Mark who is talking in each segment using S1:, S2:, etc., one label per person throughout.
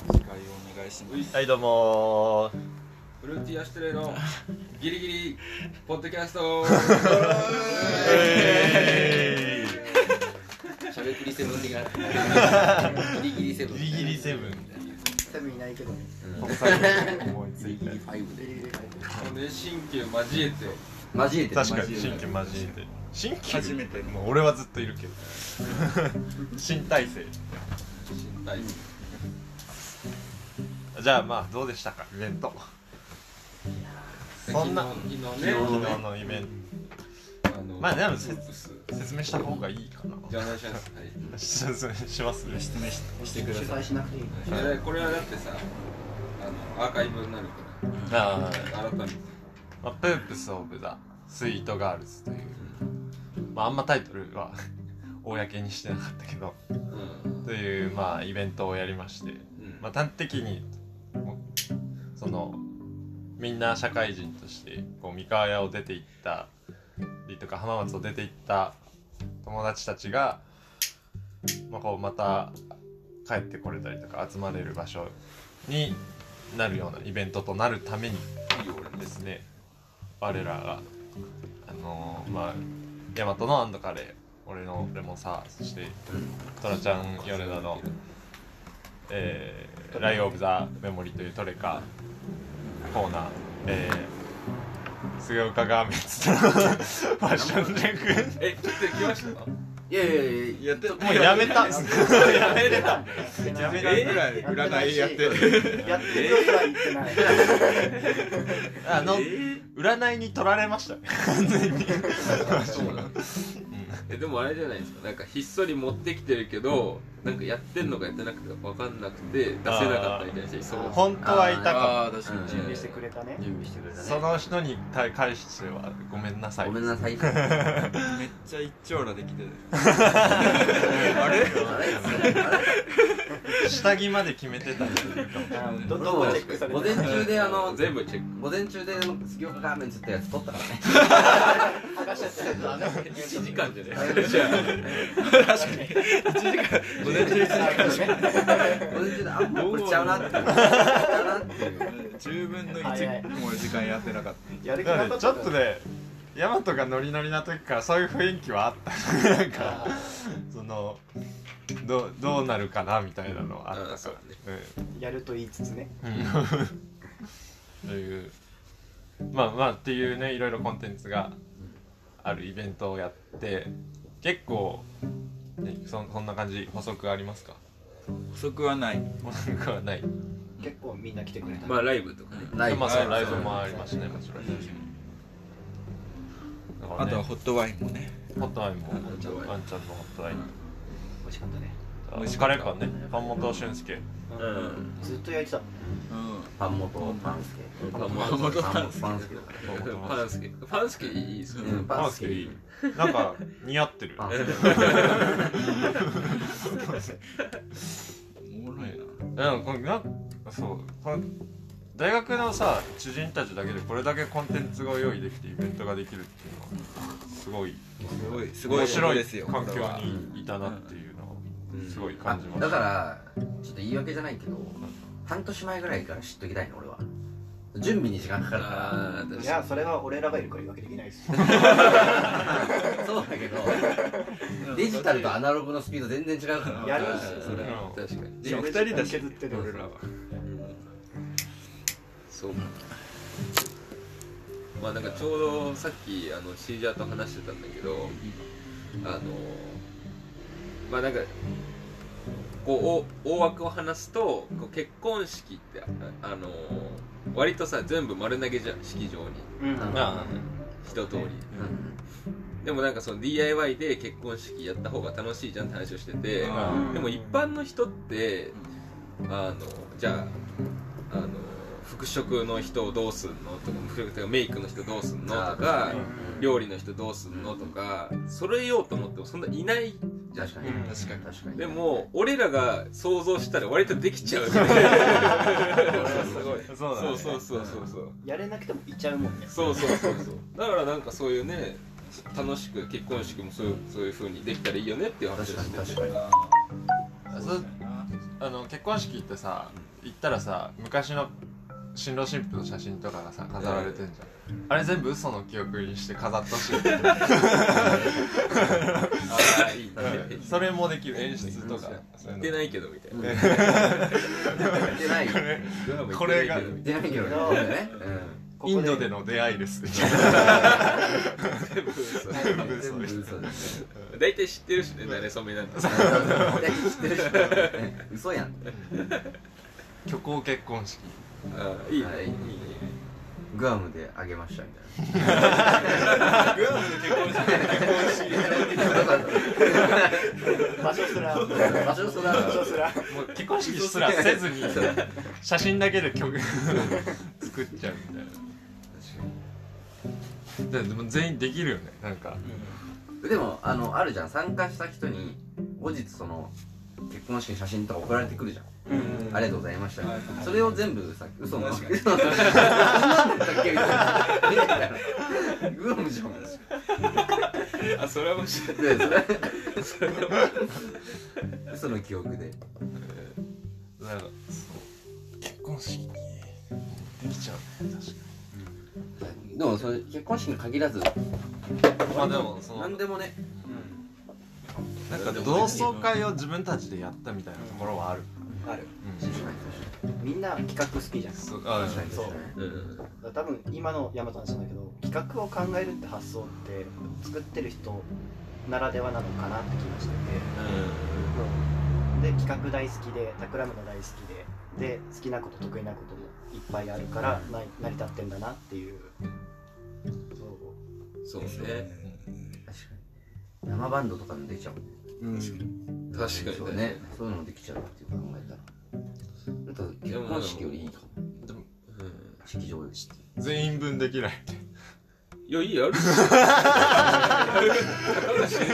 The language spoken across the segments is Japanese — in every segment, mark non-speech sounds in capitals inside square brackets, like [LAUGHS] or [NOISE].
S1: 願いします
S2: はいどうも
S3: フ
S2: ー
S3: ルーティーアシュトレイのギリギリポッドキャスト
S2: え
S4: しゃべくりセブン的なギリギリセブン
S2: ギリギリセブン
S5: セブンいないけどね
S1: ここ最後に思いつい
S4: ギ
S1: て
S4: リファイブで
S3: ほんで神経交えて
S4: 交えて
S2: 確かに神経交えて神経
S1: 初めて
S2: もう俺はずっといるけど [LAUGHS] 新体制
S3: 身体
S2: じゃあまあどうでしたかイベントそんな
S3: 昨日昨日ね
S2: 昨日のイベン
S3: あの
S2: まあでも
S3: スープス
S2: ト説明した方がいいかな
S3: じゃあお願いしますはい
S2: 説明しますね
S1: 質問しして
S5: 主
S1: ください
S5: 催しなくていい
S3: いやこれはだってさあのアーカイブになるか
S2: あー
S3: ら改めて
S2: まあ、プープス・オブ・ザ・スイート・ガールズという、まあ、あんまタイトルは公にしてなかったけど
S3: うん
S2: という、まあ、イベントをやりまして、
S3: うん
S2: まあ、端的にもうそのみんな社会人としてこう三河屋を出て行ったりとか浜松を出て行った友達たちが、まあ、こうまた帰ってこれたりとか集まれる場所になるようなイベントとなるために
S3: いいよ俺
S2: ですね我らがあのー、まあ大和のアンドカレー俺のレモンサワーそしてトラちゃん米田の、えーライオブ・ザ・メモリーというトレカコーナー、えー、菅岡ガーメンツのファッションチェック
S3: え、ちょっと来ました
S4: いやいやいや
S1: やっても
S2: もうやめたやめれた
S1: やめないぐらい占いやってる
S5: るやってるぐらい言ってない
S2: あの、占いに取られましたね完全に
S4: そうなんだ
S3: え、でもあれじゃないですかなんかひっそり持ってきてるけどなんかやってんのかやってなくてか分かんなくて出せなかったみたいな人いそう
S5: あー
S2: 本当はいたかも
S1: ああ確か
S3: うん
S1: に
S5: 準備してくれたね
S4: 準備してくれたね
S2: その人に対返してはごめんなさい
S4: ごめんなさいあれ
S1: めっちゃ一丁羅できてる
S2: 下着まで決めてたり [LAUGHS] するかも
S5: あーどど
S4: ど
S5: こ
S4: う
S5: チェックされ
S4: 午
S5: て
S4: 前
S5: る
S4: 中であの
S3: 全部チェック
S4: 午前中であの杉岡ラーメンズってやつ取ったからね
S5: 剥がしちゃったやつだね
S3: 1時間じゃない
S1: 午前中一時間しか
S4: 午前中であんまこれちゃうなってちゃうなっていう
S1: 10分の
S5: 早い
S1: 1もう時間やってなかっ
S5: やる気
S2: な
S5: な
S2: の
S5: か
S2: で
S5: っ
S2: ち
S5: た
S2: ょっとねヤマトがノリノリな時からそういう雰囲気はあったなんか
S5: あ
S2: そのどうどうなるかなみたいなのはあったからね
S5: ーやると言いつつね
S2: [LAUGHS] うんというまあまあっていうねいろいろコンテンツがあるイベントをやって結構、ね、そそんな感じ補足ありますか
S1: た補足はない
S2: 補足はない
S5: 結構みんな来てくれた
S3: まあライブとかね
S4: ライブ
S2: まあそのライブもありましたねもちろん、
S1: あとは
S2: ホ
S1: ホットワインもね
S2: ットラインもワン
S3: ッ
S2: ちゃん
S3: ト
S2: の
S3: ワイン
S2: ホットライン
S5: 美味しかったね
S2: あ美味しカレーパンねパン元俊
S3: [LAUGHS]
S2: 介
S3: うん
S5: ずっと焼いてた
S1: うん
S4: パン元パンスケ
S3: パン
S1: 元
S4: パンパンスケだから
S3: パンスケパンスケいいですね
S4: うんパンスケ
S2: いいなんか似合ってる
S4: パン
S2: う
S4: ス
S2: ん
S4: ケ
S1: おもろいな
S2: これなんそうこれ大学のさ知人たちだけでこれだけコンテンツが用意できてイベントができるっていうのはすごい
S1: すごいすごい
S2: 面白い
S1: ですよ
S2: 環境
S1: これは
S2: にいたなっていうの
S3: うん
S2: をすごい
S4: あ
S2: 感じま
S4: だ
S2: し
S4: か
S2: た
S4: らちょっと言い訳じゃないけど半年前ぐらいから知っときたいの俺は準備に時間かかるか
S3: ああ
S5: いやそれは俺らがいるから言い訳できないです
S4: らそうだけどデジタルとアナログのスピード全然違うから
S5: やるん
S3: 確
S5: すよ
S3: かに確かに
S1: でも二人だし
S5: 削ってる
S1: 俺らは
S3: そうかまあなんかちょうどさっきあのシージャーと話してたんだけどあのまあなんかこうお大枠を話すとこう結婚式ってああの割とさ全部丸投げじゃん式場に
S5: うん
S4: あ
S2: あ
S3: 一通り
S4: うん
S3: でもなんかその DIY で結婚式やった方が楽しいじゃんって話をしてて
S1: うん
S3: でも一般の人ってあのじゃああの服飾の人どうすんのとか服とかメイクの人どうすんのと
S4: あー
S3: か料理の人どうすんのとか揃えようと思ってもそんないない
S4: 確かに
S2: うん
S1: 確かに
S4: 確かに
S3: でも俺らが想像したら割とできちゃ [LAUGHS] うすごい
S2: そうだね
S3: そうそうそうそうそう
S5: やれなくてもいっちゃうもんね
S3: そうそうそうそうだからなんかそういうね楽しく結婚式もそういうそういう風にできたらいいよねっていう話を
S4: 確か
S3: してて
S4: に確かに
S2: あそうあの結婚式ってさ、行ったらさ昔の新郎新婦の写真とかがさ飾られてんじゃん、あれ全部嘘の記憶にして飾ってほしい
S6: ああいいね
S2: それもできる演出とかそうい
S6: 言
S2: うの
S6: ってないけどみたいな
S4: 言ってない言
S6: ドラマ
S2: これが
S6: 言ってない
S4: ってないけど
S5: これが
S4: ね
S5: ここ
S2: インドでの出会いですみたいな
S6: けど全部嘘
S2: 嘘
S4: うん全部嘘ですね
S6: [LAUGHS] 大体知ってるしね慣れ初めなんて
S4: 大体知ってる人ね嘘やん
S2: 虚構結婚式
S6: ああいいね
S4: はい
S6: いいね
S4: グアムであげましたみたい
S6: グアムで結婚式
S4: [LAUGHS]
S5: 場所すら場
S4: 所すら
S5: 場所すら
S2: もう結婚式すらせずに写真だけで曲 [LAUGHS] 作っちゃうみたいなだからでも全員できるよねなんか
S4: なでもあのあるじゃん参加した人に後日その結婚式の写真とか送られてくるじゃんありがとうございました
S7: はい
S4: それを全部さ嘘の [LAUGHS]
S7: 確かに
S4: 嘘の嘘なんだったっけみ [LAUGHS] たいなグアムじゃん
S6: あそれはもし
S4: でそれ嘘の記憶で
S2: なんかそう結婚式できちゃうね確か
S4: でもそれ結婚式に限らず
S2: にまあでもその
S4: 何でもね
S2: なんか同窓会を自分たちでやったみたいなところはある、
S5: ある
S2: うん
S5: みんな企画好きじゃん
S2: そうあ
S4: 確かに確かに
S6: うん
S5: 多分今のヤマトの人なんだけど企画を考えるって発想って作ってる人ならではなのかなって気がしててで企画大好きで企むの大好きでで好きなこと得意なこともいっぱいあるからな成り立ってんだなっていうそ
S6: そう
S5: う
S6: ね
S4: 確かに生バンドとかもできちゃうもんね
S6: 確か
S4: そう
S6: に
S4: ね
S6: ね
S4: そういうのできちゃうっていう考えたらあと結婚式よりいいか
S6: う
S4: も
S6: ん
S4: 式場より
S2: 全員分でき [LAUGHS] ない
S6: いやいいよやる [LAUGHS] し
S2: 全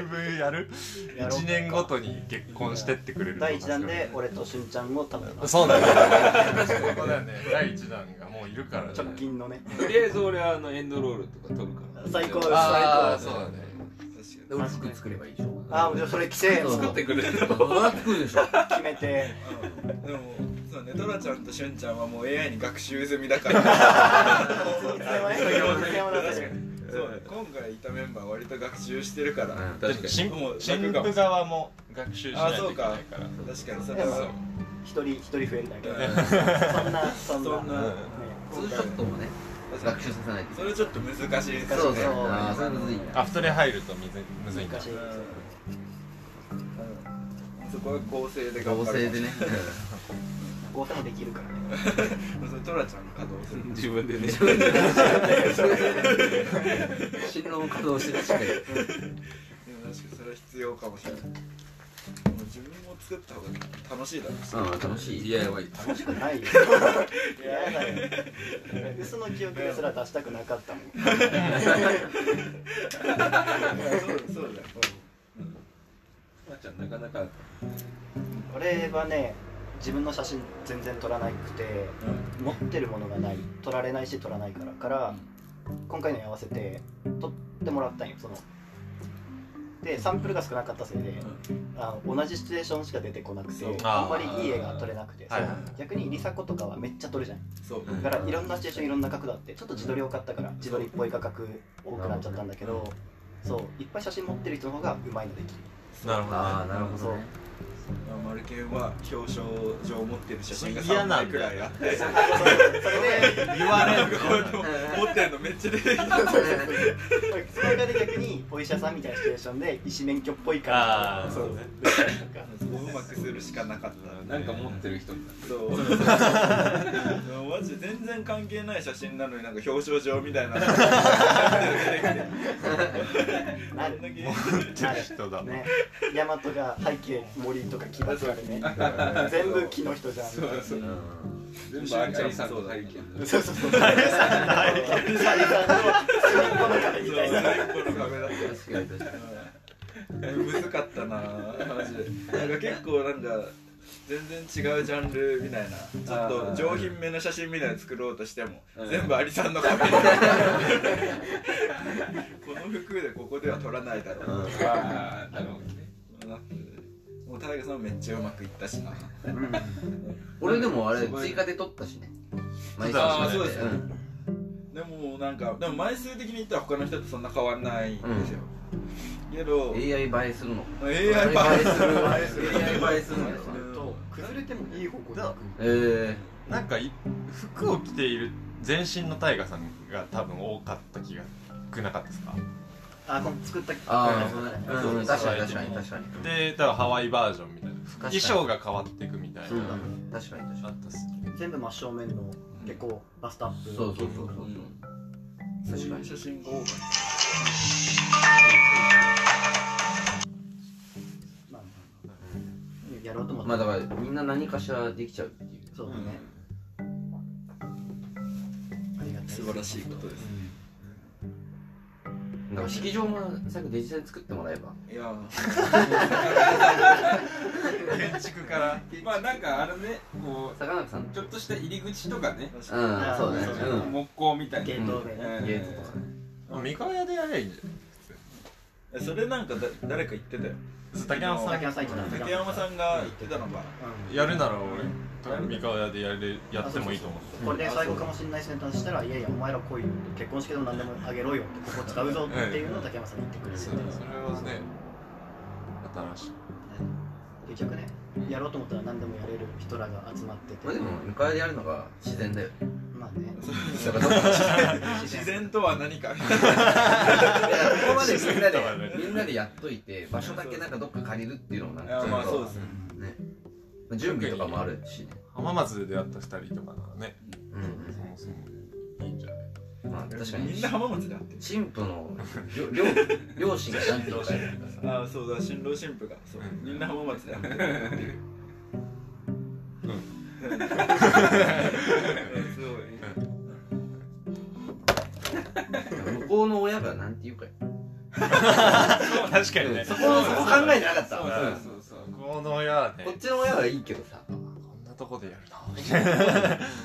S2: 員分やる
S5: やろう
S2: 1年ごとに結婚してってくれる
S5: 第1弾で俺としゅんちゃんを多分
S2: そうだねそこだよね第1弾がもういるからね
S5: 直近のね
S6: とりあえず俺はあのエンドロールとか撮るから
S5: 最高
S2: ああ
S5: 最
S2: そうだね
S4: で俺服作ればいいでしょ
S5: ああもうそれ規制
S4: そう
S5: 作
S6: 作
S5: っ
S6: っててくれる
S4: どうやって作るでしょ
S5: 決めて
S7: でもそうねドラちゃんとしゅんちゃんはもう AI に学習済みだから
S5: いつでもねいつでもだって
S7: そうね今回いたメンバーは割と学習してるから、
S4: うん
S6: 確か
S2: 新
S7: もう
S2: 新婦側も学習しないといけないから
S7: 確かにそ
S5: で
S7: れ
S5: も
S7: は
S5: 一人一人増える
S7: [LAUGHS]
S5: だけ
S7: うん
S5: そんなそんな
S7: そんな
S5: ね
S4: ツーショットもね
S7: 確かに
S4: 学習させないといけ
S7: そ
S4: ない
S7: れちょっと難しいですね
S4: そうそう
S7: うん
S4: あーそれむずいな
S2: アフトレ入るとむずいむずいんだ
S5: 難しい
S7: うんそこは合成で頑
S4: 合
S7: 張る
S4: 成でね
S5: 合成もできるからね
S7: うんそれトラちゃんの稼働する
S6: 自分でね
S4: [LAUGHS] 新郎も稼働してるしね
S7: でも確かにそれは必要かもしれないもう自分も作った方が楽しいだろうし
S4: うん楽しい
S6: DIY
S5: 楽しくないよやだよ嘘の記憶ですら出したくなかったもん
S7: そうだそうだよ
S6: まーちゃんなかなか
S5: 俺はね自分の写真全然撮らなくて持ってるものがない撮られないし撮らないからから今回のに合わせて撮ってもらったんよそのでサンプルが少なかったせいで、あの同じシチュエーションしか出てこなくて
S7: そう
S5: あんまりいい絵が撮れなくて
S2: はいはい
S5: 逆にリサ子とかはめっちゃ撮るじゃん
S7: そう
S2: うん
S5: だからいろんなシチュエーションいろんな角度あってちょっと自撮り多かったから自撮りっぽい画角多くなっちゃったんだけどそういっぱい写真持ってる人の方がうまいのできる
S2: なるほどね
S4: ああなるほどね
S7: まあマルケンは表彰状を持ってる写真が
S2: それ嫌
S7: 3
S2: な
S7: 枚
S2: んだ
S7: くらいあっ
S5: [LAUGHS]
S7: て
S5: そうそうそれで
S2: 言われる
S7: こうやって [LAUGHS] 持ってるのめっちゃ出
S6: [LAUGHS]
S7: てきた
S5: その中で逆にお医者さんみたいなシチュエーションで医師免許っぽいから
S2: あー
S5: そう
S7: そうねそこをうまくするしか
S6: [LAUGHS]
S7: なかった
S6: なんか持ってる人みたい
S7: [LAUGHS] そうマジで全然関係ない写真なのになんか表彰状みたいな
S5: なる
S2: 持ってる人だ
S5: ね大和が背景森とか木ばっかりね
S4: うん
S5: 全部木の人じゃんみたいな
S4: うん
S6: 全部あんちゃんさんの体験
S5: そうそうそう。サリさんの隅っこの壁みたいな。
S4: 確かに確かに
S7: むずかったなマジでなんか結構なんか全然違うジャンルみたいなちょっと上品めの写真みたいなの作ろうとしても
S6: うん
S7: 全部アリさんの壁この服でここでは撮らないだろう
S6: ああなるほどね
S7: なってもうもう大我さんはめっちゃうまくいったしな
S4: 俺でもあれ
S7: すごい
S4: 追加で撮ったしね
S2: 撮っ
S4: 毎
S2: た
S7: あーそうですね
S4: うん
S7: でもなんかでも枚数的に言ったら他の人とそんな変わんないんですよ、けど
S4: AI 映えするの
S7: AI
S4: 映えする AI 映えするのよ
S5: と崩れてもいい方向に行く
S4: え
S2: なんかい服を着ている全身の大我さんが多分多かった気が少なかったですか
S5: あこの作った
S4: ー、ああそうね
S5: そう
S4: うんうん確かに確かに
S2: そう
S4: 確かに
S2: で多分ハワイバージョンみたいな
S4: か
S2: 衣
S4: に
S2: 装が変わっていくみたいな、
S4: うんうん確かに
S2: あ
S4: 確か
S2: ったっす
S5: 全部真正面の結構バストアップ
S4: にそうそうそうそう確かに
S7: 写真が多かった
S5: まあやろうと思っ
S4: まあ
S5: た
S4: だからみんな何かしらできちゃうっていう
S5: そうだねありがたい
S7: 素晴らしいことです
S4: だから式場も最後デジタルで作ってもらえば
S7: いやー
S2: 建築から
S6: まあなんかあれねこ
S4: 坂中さんう
S6: う
S4: ん
S6: ちょっとした入り口とかね
S7: 確か
S4: そう
S7: に
S4: だね
S5: そうだね
S6: 木工みたいな
S5: ゲートウェイね
S4: うんゲートとかね
S2: 三河屋でやればいいんじゃない
S7: えそれなんかだ誰か言ってたよ
S2: 普通竹山さ
S5: 竹山さん行った
S7: 竹山さんが言ってたのが
S2: んやるなら俺多分三河屋でやれやってもいいと思う
S5: これで最後かもしれないしネタしたら「いやいやお前ら来いよ」結婚式でも何でもあげろよ」ってここ使うぞっていうのを竹山さんに言ってくれて
S2: そ
S5: て
S2: れはね新しい
S5: 結局ねやろうと思ったら何でもやれる人らが集まってて
S4: まあでも迎えでやるのが自然だよね
S5: まあね
S4: だからどっか
S7: 自然とは何かみたいな
S4: ここまでみんなで
S2: そうだね
S4: みんなでやっといて場所だけなんかどっか借りるっていうのもなんか
S7: いやまあそうですね
S4: ね準備とかもあるしね
S2: 浜松でやった二人とかならね
S4: うん
S2: そもそもいいんじゃない
S4: うんまあ確か
S7: み
S4: に
S7: んな浜松で会ってる
S4: 神父の両両両親が何て言うかやるからさ
S7: ああそうだ新郎新婦がそうみんな浜松で会ってる
S2: うん
S7: うんすごい
S4: 向こうの親がなんて言うかよ
S2: 確かにね
S4: そこそこ考えてなかっ
S6: そ
S4: た
S6: う
S4: うん
S6: そうそうそう
S2: この親はね
S4: こっちの親はいいけどさ
S2: こんなとこでやるな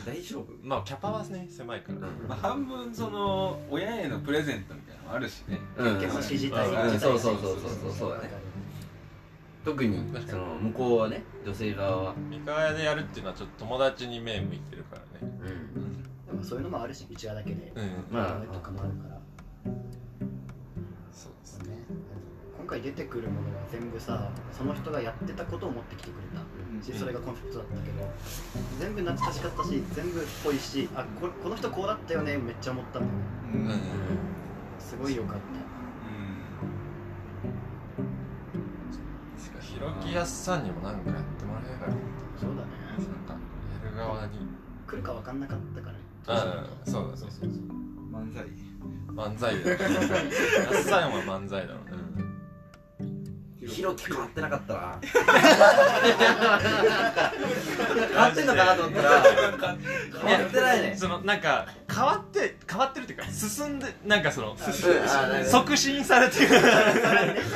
S4: 大丈夫
S2: まあキャパはね狭いから、
S6: まあ半分その親へのプレゼントみたいなのもあるしね
S4: うん
S5: 結婚式自体
S4: うん
S5: 自体
S4: そうそうそうそうそうそうだね特にその向こうはね女性側は
S2: 三河屋でやるっていうのはちょっと友達に目向いてるからね
S4: うん
S5: でもそういうのもあるしうちらだけで
S2: うん
S4: まあ
S5: とかもあるから
S2: そうですね
S5: ね今回出てくるものは全部さその人がやってたことを持ってきてくれたしそれがコンセプトだったけど全部懐かしかったし全部っぽいしあここの人こうだったよねめっちゃ思ったんだよね
S7: うん
S2: うん
S5: すごいよかっ
S6: うん
S2: ひろきやすさんにもなんかやってもらえばよかった
S5: そうだね
S2: たなんかやる側に
S5: 来るか分かんなかったからね [LAUGHS]
S2: うんそうだね
S5: そうそう
S7: 漫才
S2: 漫才だよやっさんは漫才だろうね
S4: ヒロキ変わってなかった [LAUGHS] な変わってんのかなと思ったら変わってないね
S2: そのなんか変わって変わってるっていうか進んでなんかその
S4: うんあなんか
S2: 促進されてる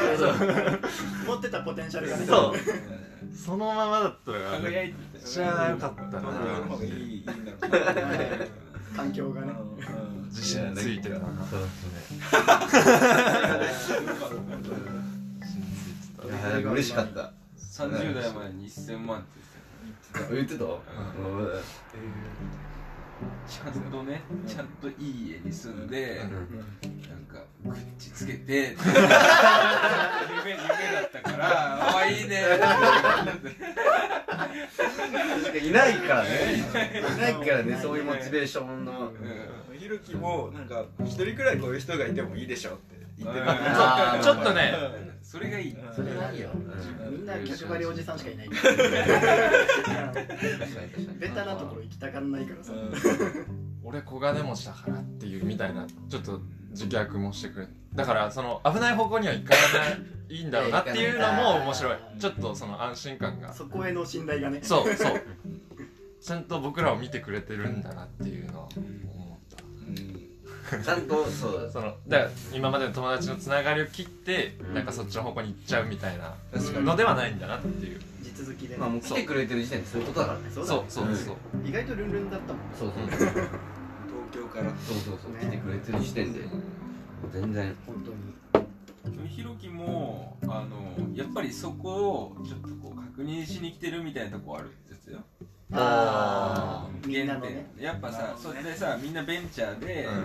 S2: [LAUGHS]
S5: 持ってたポテンシャルがね
S2: そうそのままだったら
S6: 輝いて
S2: めっちゃ良かったな
S7: 漫才の方がいいいいんだろうな
S5: [LAUGHS] 環境がね
S7: うんうん
S2: 自信ついてたな
S4: そう
S2: 自信ついてた
S4: いや嬉しかった
S6: 30代前に1000万って
S4: 言ってたうん
S6: 言ってたちゃんとねちゃんといい家に住んで
S2: うん
S6: なんかグッチつけて夢夢だったから「ああいいね」
S4: なんかいないからねいないからねそういうモチベーションの
S6: うん
S7: ひろきもなんか一人くらいこういう人がいてもいいでしょって言ってた
S4: あー
S2: ちょっとね
S6: それがいい
S4: それないよ
S5: みんな客張りおじさんし
S2: [LAUGHS]
S5: かいない
S4: 確かに確かに
S5: ベタなところ行きたがんないからさ
S2: 俺小金持ちだからっていうみたいなちょっと自虐もしてくれだからその危ない方向には行かないいいんだろうなっていうのも面白いちょっとその安心感が
S5: そこへの信頼がね
S2: [LAUGHS] そうそうちゃんと僕らを見てくれてるんだなっていうのは思った
S4: ちゃんとそう
S2: そのだから今までの友達のつながりを切って、
S4: うん
S2: なんかそっちの方向に行っちゃうみたいな
S4: 確かに
S2: のではないんだなっていう、
S5: 地続きでね
S4: まあもう来てくれてる時点でそういうことだからね
S5: そうだ
S2: そう
S5: ね
S2: そうそう
S5: 意外とルンルンだったもん
S4: そうそうそう
S7: 東京から
S4: そうそう来てくれてる時点で全然
S5: 本当に
S6: ひろ
S3: 時もあのやっぱりそこをちょっとこう確認しに来てるみたいなとこあるんですよ
S5: あーみん
S3: 原
S5: なの
S3: 点
S5: ね
S3: やっぱ
S7: なる
S3: さ
S7: ほ
S3: そ
S7: どね
S3: れでさみんなベンチャーで、あの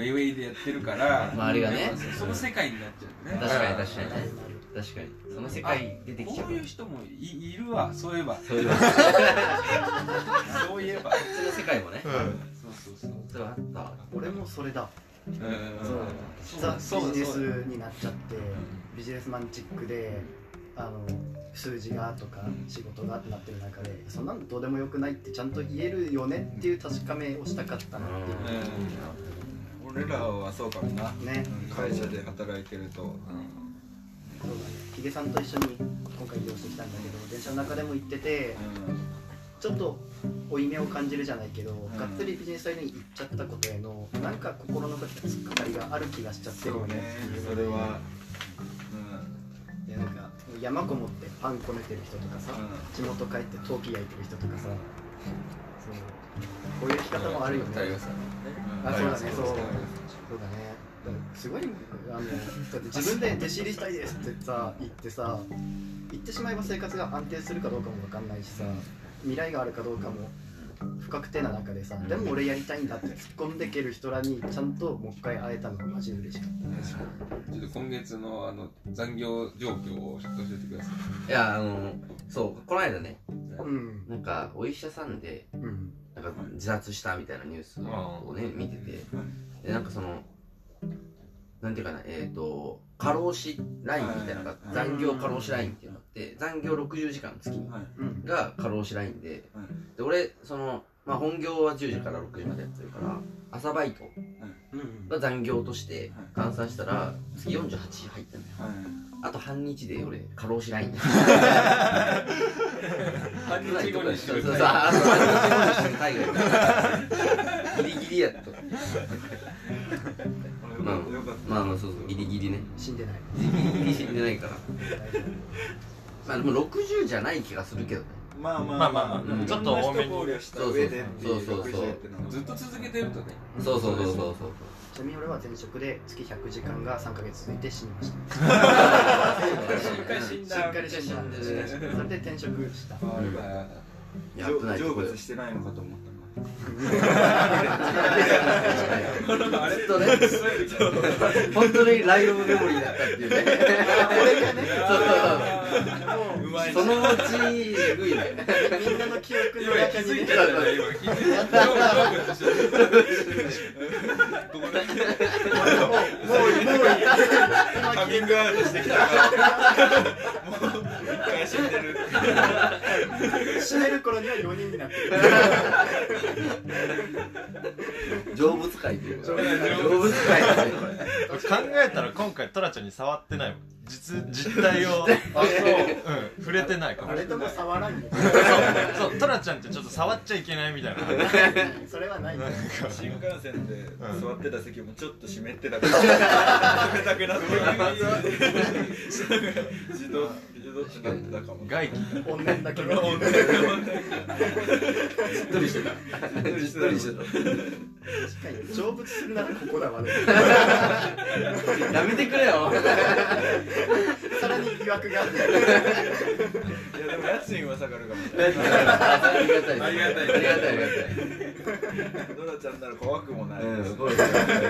S3: ウェイウェイでやってるから
S4: 周りがね
S3: やっぱそその世界になっちゃうね
S4: 確かに確かに
S5: なるほ
S4: 確かにその世界出てきちゃ
S3: こ
S4: う
S3: ういう人もいいるわそういえば
S4: そういうの
S3: そういえば
S4: その世界もね
S3: そうそうそう
S4: それはあった
S5: ど俺もそれだそう
S3: そ
S5: ザ・
S3: うそう
S5: ビジネス
S3: そう
S5: になっちゃってビジネスマンチックであの数字がとか仕事がってなってる中でそんなのどうでもよくないってちゃんと言えるよねっていう確かめをしたかったなっていう
S7: 俺らはそうかもな
S5: ね
S7: 会社で働いてると
S5: そうだねヒゲさんと一緒に今回利用してきたんだけど電車の中でも行っててちょっと負い目を感じるじゃないけど、
S7: ん
S5: がっつりビジネスサイドに行っちゃったことへのなんか心の突っかかりがある気がしちゃってるよねっていう
S7: それは
S5: いやなんか山こもってパンこねてる人とかさ、地元帰って陶器焼いてる人とかさ、そうこういう生き方もあるよね、
S6: 太陽さん
S5: あそうだねそうそうだねだからすごいあのだって自分で弟子入りしたいですってさ言ってさ言ってしまえば生活が安定するかどうかも分かんないしさ未来があるかどうかも不確定な中でさでも俺やりたいんだって突っ込んでける人らにちゃんともう一回会えたのがマジで嬉しかった
S6: ちょっと今月のあの残業状況をちょっと教えてください
S4: いやあのそうこの間ね
S5: うん
S4: なんかお医者さんで
S5: うん
S4: なんか自殺したみたいなニュースをね見ててでなんかそのなんていうかなえっ、と過労死ラインみたいなのが
S7: はい
S4: 残業過労死ラインっていうのがあって残業60時間月に
S5: うん
S4: が過労死ラインで
S7: はい
S4: で俺その、まあ、本業は10時から6時までやってるから朝バイト
S5: うん
S4: が残業として換算したら月48時入ったのよあと半日で俺過労死ラインに
S6: 半日後にし
S4: そ
S6: よ
S4: う
S6: う
S4: そうそうあと半日後に死ぬ体外ギリギリやった
S7: よかっ
S4: まあまあそうそうギリギリね
S5: 死んでない
S4: ギリギリ死んでないから
S5: 大丈夫
S4: まあでも60じゃない気がするけどね
S7: たまあ
S2: ま
S7: ま
S2: あまあまあ、ちょっと多め
S7: 考
S2: に。
S7: 慮した上で
S6: ずっと続けてるとね
S4: そうそうそうそうそう
S5: ちなみに俺は前職で月100時間が3ヶ月続いて死にました
S6: 深回死ん
S5: [LAUGHS] しっ
S6: だ
S5: かり死んだ
S4: 死んでる
S5: しっかり死んだそれで転職した
S4: やってないとこ
S7: 成
S4: よ
S7: 仏してないのかと思った
S4: ずっとね本当にライオンメモリーだったっていうねそうそうそう
S7: うま
S4: そのうち、えぐいね。
S5: みんなの記憶の [LAUGHS]
S6: 今気
S5: 中
S6: づ
S5: に
S6: い
S5: ね
S6: ちゃったね今気づいちゃった
S5: もういいもういい
S7: カミングアウトしてきたからもう一回死んでる
S5: [LAUGHS] 閉める頃には4人になってる
S4: 成仏会っていうこと。
S7: 成
S4: 成仏会だね、これ。
S2: 考えたら今回トラちゃんに触ってないもん実実態 [LAUGHS] を、うん、触れてないかも
S5: 誰とも触らんよ
S2: そうそうトラちゃんってちょっと触っちゃいけないみたいな
S5: それはないよ
S7: 新幹線で座ってた席もちょっと湿ってたから冷たくなって自動自動ってなってたかも
S2: [LAUGHS] 外気
S5: 怨念だけど
S4: しっとりしてた。しっとりして
S5: 確かに成仏するならここだわね
S4: た。やめてくれ [LAUGHS] よ。
S5: さらに疑惑があって
S7: いやでも家賃は下がるかも
S4: ありがたいです。
S6: ありがたい
S4: ありがたい、ありが
S7: ドラちゃんなら怖くもない、
S4: たい。うん、こ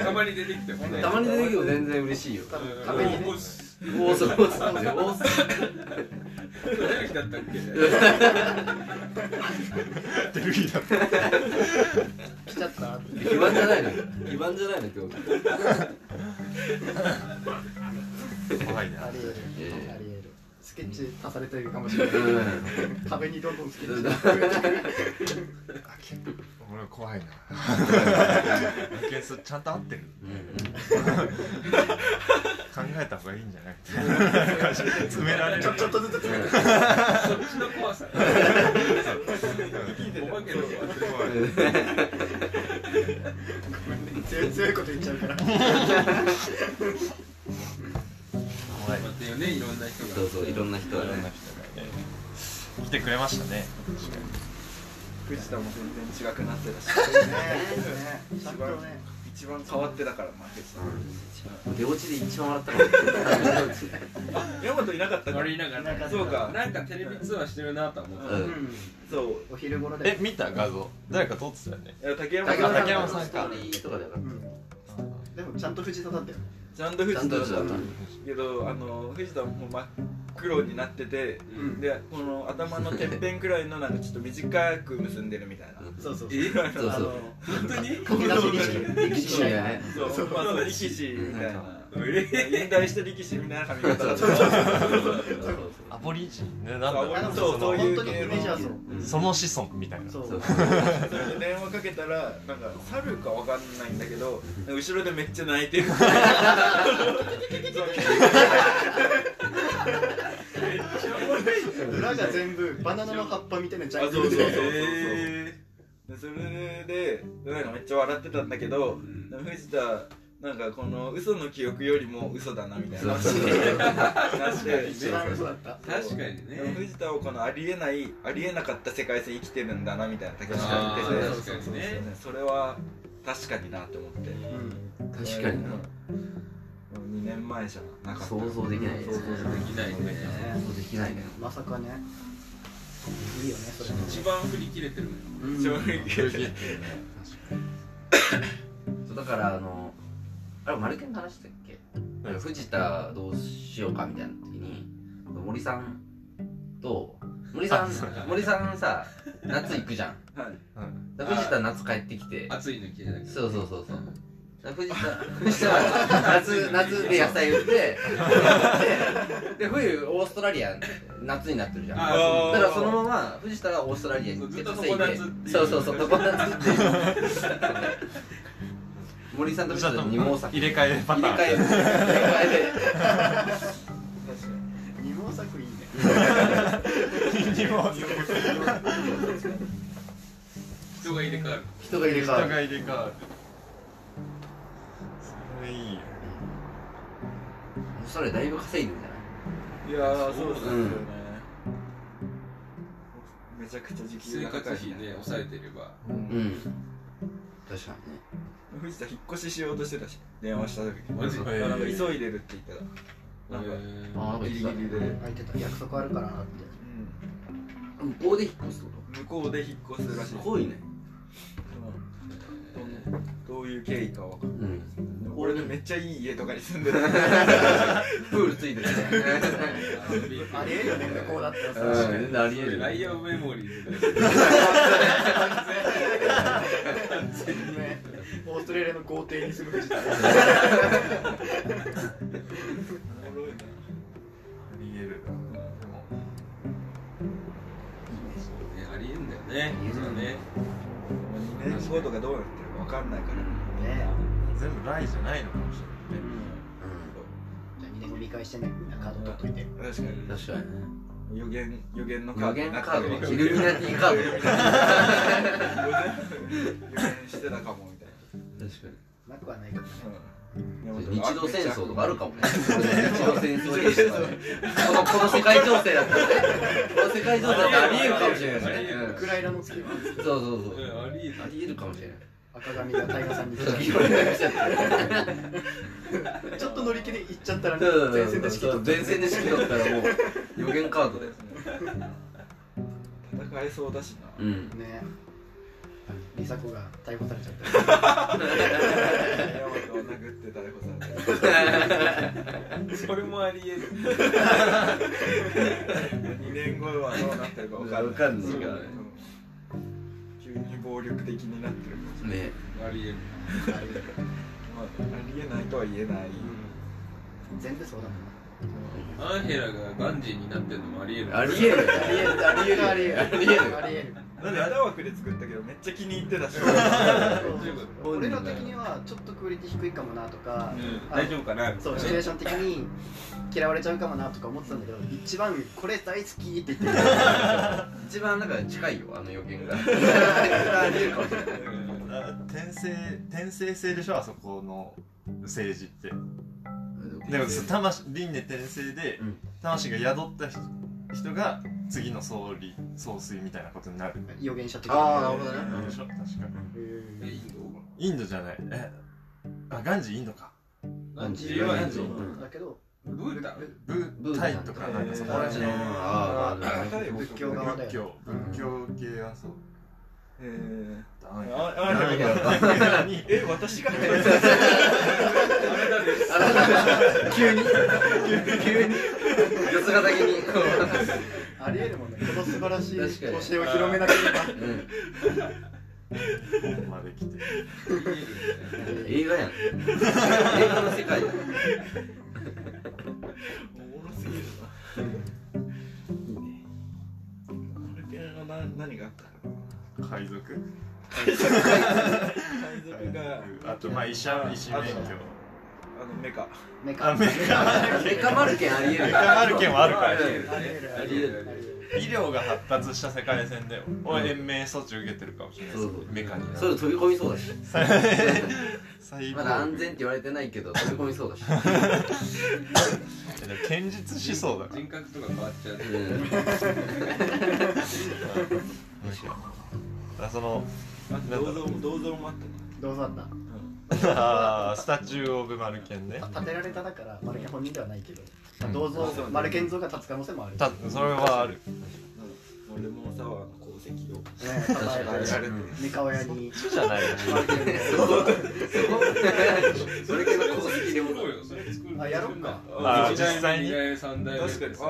S6: たまに出てきてほん
S4: れ。
S6: で
S4: たまに出てきても全然嬉しいよ。
S5: 多分壁
S4: 壁に
S5: に
S4: ね
S5: ね
S4: おーそう、おーそう、おーそう。
S6: 出てきたったっけ
S2: 出る日だった
S5: 来ちゃったって
S4: 基盤じゃないのよ。基盤じゃないの、今日。
S2: 怖い
S5: あ
S2: な
S5: りえる
S4: ええ
S5: ありえるスケッチ足されてるかもしれない
S4: うん。
S5: 壁にどんどんスケッチが増えてくる
S2: 俺は怖いなケースちゃんと合ってる考えた方がいいんじゃない [LAUGHS] 詰められる
S5: ちょちょっとずつ詰めてくる
S6: そっちの怖さお化けの怖さ
S5: 強い強いこと言っちゃうから
S2: 怖い
S6: っていうねいろんな人が
S4: そうそう、いろんな人がね。
S2: 来てくれましたね
S7: 藤田も全然違くなってたし
S5: ねちゃんとね
S7: 一番変わってだから負けてた
S4: 出落ちで一番笑ったかもしれない
S7: 山本いなかったか
S6: 悪いながら
S7: そうか
S3: なんかテレビ通話してるなとは思って
S4: う
S3: た
S4: ん
S7: そう
S5: お昼頃で
S2: え見た画像誰か撮ってたよね
S7: いや竹山
S4: 竹
S7: さん
S2: 竹
S4: 山
S2: 山
S4: さ
S2: さん
S4: んのスト
S2: か
S4: ーリーとかだから
S5: でもちゃんと藤田だったよ
S7: ちゃんと藤田だった
S4: ちゃんと藤田だっ
S7: けどあの藤田もう真っ黒になってて、
S5: ん
S7: でこの頭のてっぺんくらいのなんかちょっと短く結んでるみたいな、
S5: そうそう
S7: いろいろ
S4: そう
S7: あ
S4: そう
S7: の本当に
S5: 書き出しにして
S4: 歴史がね
S7: そうそうまあそう力士みたい
S2: なん
S7: な引退した力士みたいな髪型だった
S2: アボリジンねなんだろ
S7: あの
S2: そ
S7: そううそう
S5: 本
S7: いう
S5: 当にイメージはそう
S2: その子孫みたいな
S5: そう
S4: そう
S7: それで電話かけたらなんか猿かわかんないんだけど後ろでめっちゃ泣い [LAUGHS] てるそう
S5: 裏が全部バナナの葉っぱみたいなジ
S7: あ
S5: ャ
S7: そ
S5: ン
S7: う
S5: グ
S7: そう
S5: ル
S7: そうそうそう
S5: で
S7: でそれでなんかめっちゃ笑ってたんだけど藤田なんかこの嘘の記憶よりも嘘だなみたいな話になって
S5: 一番嘘だった
S3: 確かに
S7: でも
S3: ね
S7: 藤田をこのありえないありえなかった世界線生きてるんだなみたいな竹下が
S3: あ
S7: 言って
S3: ー
S7: て
S3: 確かにね
S7: それは確かになと思って
S5: うん
S4: 確かにな
S7: 2年前じゃなかった
S4: 想像できない
S7: 想
S4: で
S7: 像
S4: す
S7: で
S3: できないね
S4: 想像できないね
S5: まさかねいいよねそれも
S3: 一番振り切れてるもん
S5: うん
S7: きない衝撃的
S4: そうだからあのあれマルケンの話したっけ、
S2: うん
S4: 藤田どうしようかみたいな時に森さんと森さん森さんさ夏行くじゃん
S7: はい
S2: うん
S4: だから藤田夏帰ってきて
S3: 暑いの嫌いだけ
S4: そうそうそうそうだから藤田藤田は夏夏で野菜売ってでで冬オーストラリア夏になってるじゃん
S3: あ
S7: ー
S4: だからそのまま藤田がオーストラリアに行って
S3: そうずっと
S4: 稼いで
S3: 常夏っていう
S4: そうそう [LAUGHS] そう常夏っていう森さんと藤田の二毛作
S2: 入れ替えパ
S4: 入
S2: タ
S4: れ
S2: ーン
S4: 替える
S7: 確かに
S5: 二毛作いいね
S3: ど人が入れ替わる
S4: 人が入れ替わ
S2: 人
S4: る
S2: が入れ替わるそれいいよ
S4: それだいぶ稼いでるんじゃない
S7: いやーそうですよね
S4: うん
S7: めちゃくちゃ時給
S3: 生
S7: が
S3: 活
S7: 高い
S3: 費で抑えてれば
S4: うん確かにね
S7: 藤田引っ越ししようとしてたし電話した時
S3: マジ
S7: なんか急いでるって言ってたなんか
S4: あーなんか
S7: ギ
S4: 言ってた
S7: リギリ
S4: ね
S7: で、うん
S5: 空いてた約束あるからなって
S4: 向こうで引っ越すってこ
S7: 向こうで引っ越す
S4: と
S7: らしい
S4: すごいね
S7: うんどんどういう経緯かわかんない
S4: うん
S7: 俺ねめっちゃいい家とかに住んでる
S4: プールついてるね
S5: ありえるよねこうだったらさ
S4: うんありえる
S3: ライアンメモリーズだよ
S5: ねオーストラリアの豪邸に住む藤田
S7: おもろいな
S2: ありえるなでも
S3: ねありえんだよねそうだね
S7: 2年後とかどうなってるかわかんないから
S5: ね
S2: 全部ライじゃないのかもしれないね
S5: じゃあ2年後見返してねカード取っといて
S7: 確かに
S4: 確かにね
S7: 予言予言のカ
S4: 予
S7: ードに
S4: 言
S7: なって
S4: カ
S7: る
S4: ードイルミナティカード確か
S7: 予言してたかもみたい
S5: なくはないかもね
S7: な、うん、
S4: に日露戦争とかあるかもね日露戦争兵士とかねこのこの世界情勢だったらねこの世界情勢だったらありえるかもしれないね
S5: ウクライナの次は
S4: うんそうそうそう
S3: うんありえ
S4: ありえるかもしれない
S5: 赤髪がタイガさんに来
S4: ちょっ
S5: ち
S4: と議論になっちゃった
S5: ゃうちょっと乗り気で行っちゃったらね前
S4: 前
S5: 線
S4: 線
S5: で
S4: で
S5: 仕
S4: 式
S5: 切っ
S4: 取った前線で式取ったらもう予言カードだよ
S7: 戦えそうだしな、
S4: ん
S5: たね梨紗子が逮捕されちゃった
S7: 山本を殴って逮捕されて
S3: それもありえる
S7: 2年後はどうなってるか分かんない
S4: わかんない
S3: からね
S7: うん急に暴力的になってるかもしれない、
S4: ね
S3: ありえる
S7: まあ、ありえないとは言えない、
S5: 全部そうだもん
S3: アンヘラがガンジーになってるのもありえる
S4: ありえるよ
S5: ありえるありえるありえるありえるありえる
S7: なんで7枠で作ったけどめっちゃ気に入ってたし
S5: 俺ら的にはちょっとクオリティ低いかもなとか、
S3: うん大丈夫かな
S5: そうシチュエーション的に嫌われちゃうかもなとか思ってたんだけど一番これ大好きって言ってた
S4: 一番なんか近いよあの予言がありえるかもしれない
S2: あ転生転生性でしょあそこの政治ってでもそう魂輪廻転生で
S4: うん
S2: 魂が宿った人人が次の総理総帥みたいなことになる
S5: 予言者的
S4: ああなるほどね
S2: でしょ確か
S5: うん
S3: インド
S2: インドじゃないえ
S8: あガンジーいいのか
S4: ガンジ
S3: ーはガンジー
S4: うん
S5: だけど
S3: ブータン
S8: ブタイとかなんかそこら辺の
S4: あーまあ
S7: あ彼
S5: 仏教側だ
S8: 仏
S5: よね
S8: 教仏教系はそう
S7: えー
S8: だ
S7: あ
S8: な
S7: ああ
S4: なんや
S7: え私が
S4: 急に急に四つだけにこ
S5: ありえるもんねこの素晴らしい
S4: 確かに
S5: 教えを広めなければ
S4: ううん
S8: ここまで来て
S4: 映画やん映画の世界やん
S7: おもろすぎるな。いいね。オルペラのな何があったか
S8: 海賊
S7: な。海賊が
S8: あとまあ医者医師免許
S7: あのメカ。
S5: メカ
S8: あメカ
S4: メカ丸剣ありえる
S8: メカ丸剣もあるから
S6: ありえる
S5: ありえる
S6: ありえる
S2: 医療が発達した世界線で俺延命措置受けてるかもしれないです
S4: そうそう
S2: メカに
S4: それ飛び込みそうだし
S2: 細胞
S4: まだ安全って言われてないけど飛び込みそうだし
S2: でも堅実思想だから
S3: 人格とか変わっちゃう
S4: うん
S2: むしろだからその [LAUGHS]
S7: あ銅像も銅像もあったね。
S5: どうなんだ
S2: あースタチュー・オブ・マルケンね
S5: まあ建てられただからマルケン本人ではないけど、ま
S2: うん
S5: あ、銅像、
S7: うん
S5: マルケン像が立つ可能性もある
S2: たそれはある
S7: うん。俺もサワーの功績を。
S5: ねえたたえ
S4: 確
S5: られて三河屋に
S2: そうじゃないよ
S5: マルケン
S4: それ系の功績でも
S3: 作ろうよそれ作る
S5: あやろっか
S2: あー実際に
S3: 二代目三代目
S7: 確かに。あ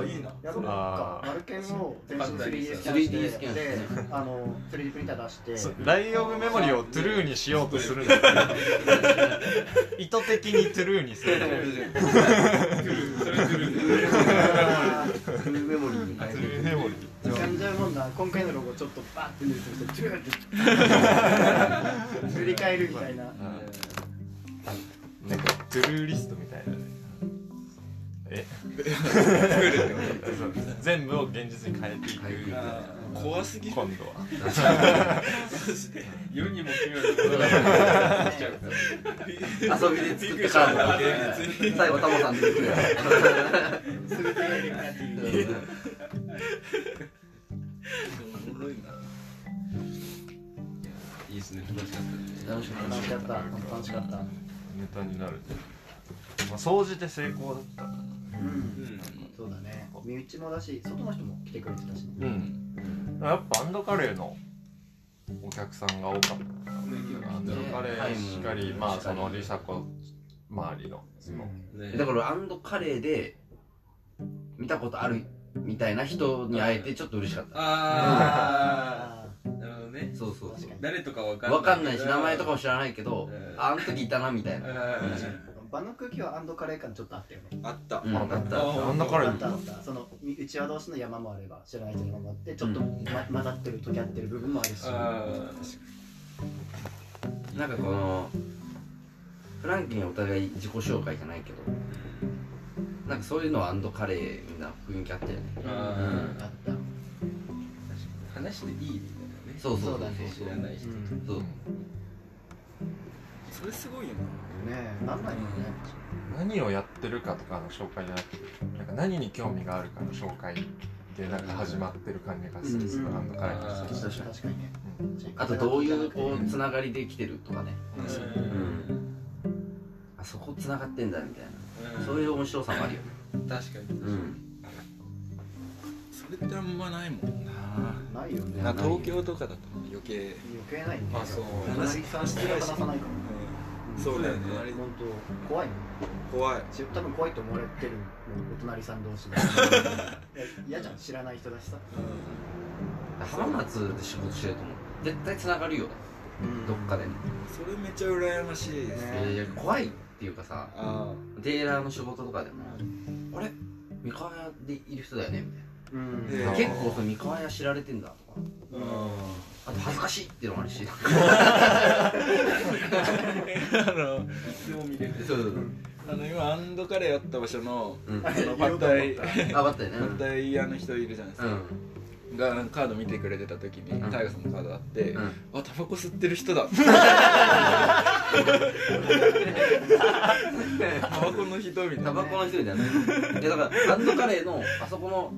S7: あいいな。
S5: やろうか
S2: あー
S5: マルケンを全身 3D スキャ
S4: 3D
S5: ン
S4: ス
S5: し
S4: キ
S5: て
S4: ャン
S5: であの 3D プリンター出して
S2: そうライオブメモリをトゥルーにしようとするんだけど意図的にトゥルーにする
S3: それ作る
S4: フルメモリーに変え
S2: ト
S4: る
S2: ゥルーメモリ
S5: 掴んじゃうもんな今回のロゴちょっとバーって塗りつぶしてチューって塗り替えるみたいな
S2: なんかトゥルーリストみたいなねえそう全部を現実に変えていく
S7: 怖すぎる。
S2: 今度は
S3: 世にも奇妙なことが起きちゃうから
S4: 遊びで作ってからだ最後タモさん出てくるや
S5: すぐ手が入れ替えていく
S4: ん
S7: おもろいな。
S3: いいですね楽しかったです
S4: 楽しか
S5: 楽しかっ
S4: った
S5: た楽しかった
S2: ネタになる、まあ、総じて成功だった
S5: う
S3: う
S5: ん
S3: ん
S5: そうだね身内もだし外の人も来てくれてたし
S2: うんやっぱアンドカレーのお客さんが多かったなアンドカレーしっかり、まあその梨紗子周りのその
S3: ね
S4: だからアンドカレーで見たことあるみたいな人に会えてちょっと嬉しかった
S3: あ
S5: あ
S3: あなるほどね
S4: そうそうそう
S3: 誰とかわかんない
S4: 分かんないし名前とかも知らないけ
S3: う
S4: ど
S3: ん
S4: ああの時いたなみたい
S3: うん
S4: な
S5: ー場の空気はアンドカレー感ちょっとあったよね
S7: あった。
S4: うんあった
S3: あ
S2: アンドカレ
S5: あ
S2: ー
S5: ったあったそのうちわ同士の山もあれば知らない人の山もあってちょっと、ま、混ざってる時合ってる部分もあるし
S3: あ
S4: なんかこのフランケンお互い自己紹介じゃないけどなんかそういうのはアンドカレーみんな雰囲気あったよね
S3: ーあ
S5: あった
S3: ー話していいみたいなね
S4: そうそう
S3: 知
S4: そう
S3: らない人
S5: うん
S4: そう
S7: それすごいよ
S5: ねえなんないもんね
S2: 何をやってるかとかの紹介じゃなくてなんか何に興味があるかの紹介でなんか始まってる感じがする、すごいアンドカレーの人たち
S5: 確かにね
S4: あとどういうこうつながりで来てるとかね
S3: うん
S4: んあそこつながってんだみたいな
S3: うん
S4: そういう面白さもあるよね
S3: 確かに
S4: うん
S7: な。それってあんまないもんな。
S5: ないよね
S7: な東京とかだと余計。
S5: 余計ないね
S3: あそう
S5: 話さんしてないし話さないから
S7: そうだよね。
S5: 本当怖いもん
S7: 怖い。
S5: 多分怖いと思われてるもんお隣さん同士で嫌じゃん知らない人だしさ
S4: 浜松で仕事してると思う絶対つながるよどっかでね
S7: それめっちゃ羨ましいです。
S5: ね
S4: えー怖いっていうかさ
S7: あ
S4: ディーラーの仕事とかでもあれ三河屋でいる人だよねみたいな
S5: うん
S7: え
S4: 結構その三河屋知られてんだとかあと恥ずかしいっていうのもあるし
S3: いつも見れる
S4: そうそう
S7: あの今アンドカレーやった場所の
S4: そう、うん、
S5: あ
S4: あ
S5: れ
S7: そのパッタイ
S5: 色々
S4: 分かったよね
S7: パッタイ屋の人いるじゃないです
S4: う
S7: か、
S4: ん
S7: がなんかカード見てくれてた時に
S4: うん
S7: タイガさんのカードあって、
S4: うん
S7: あタバコ吸ってる人だタバコの人みたい
S4: タ
S7: な
S4: バコの人みたいな。いやだから、ランドカレーの、あそこの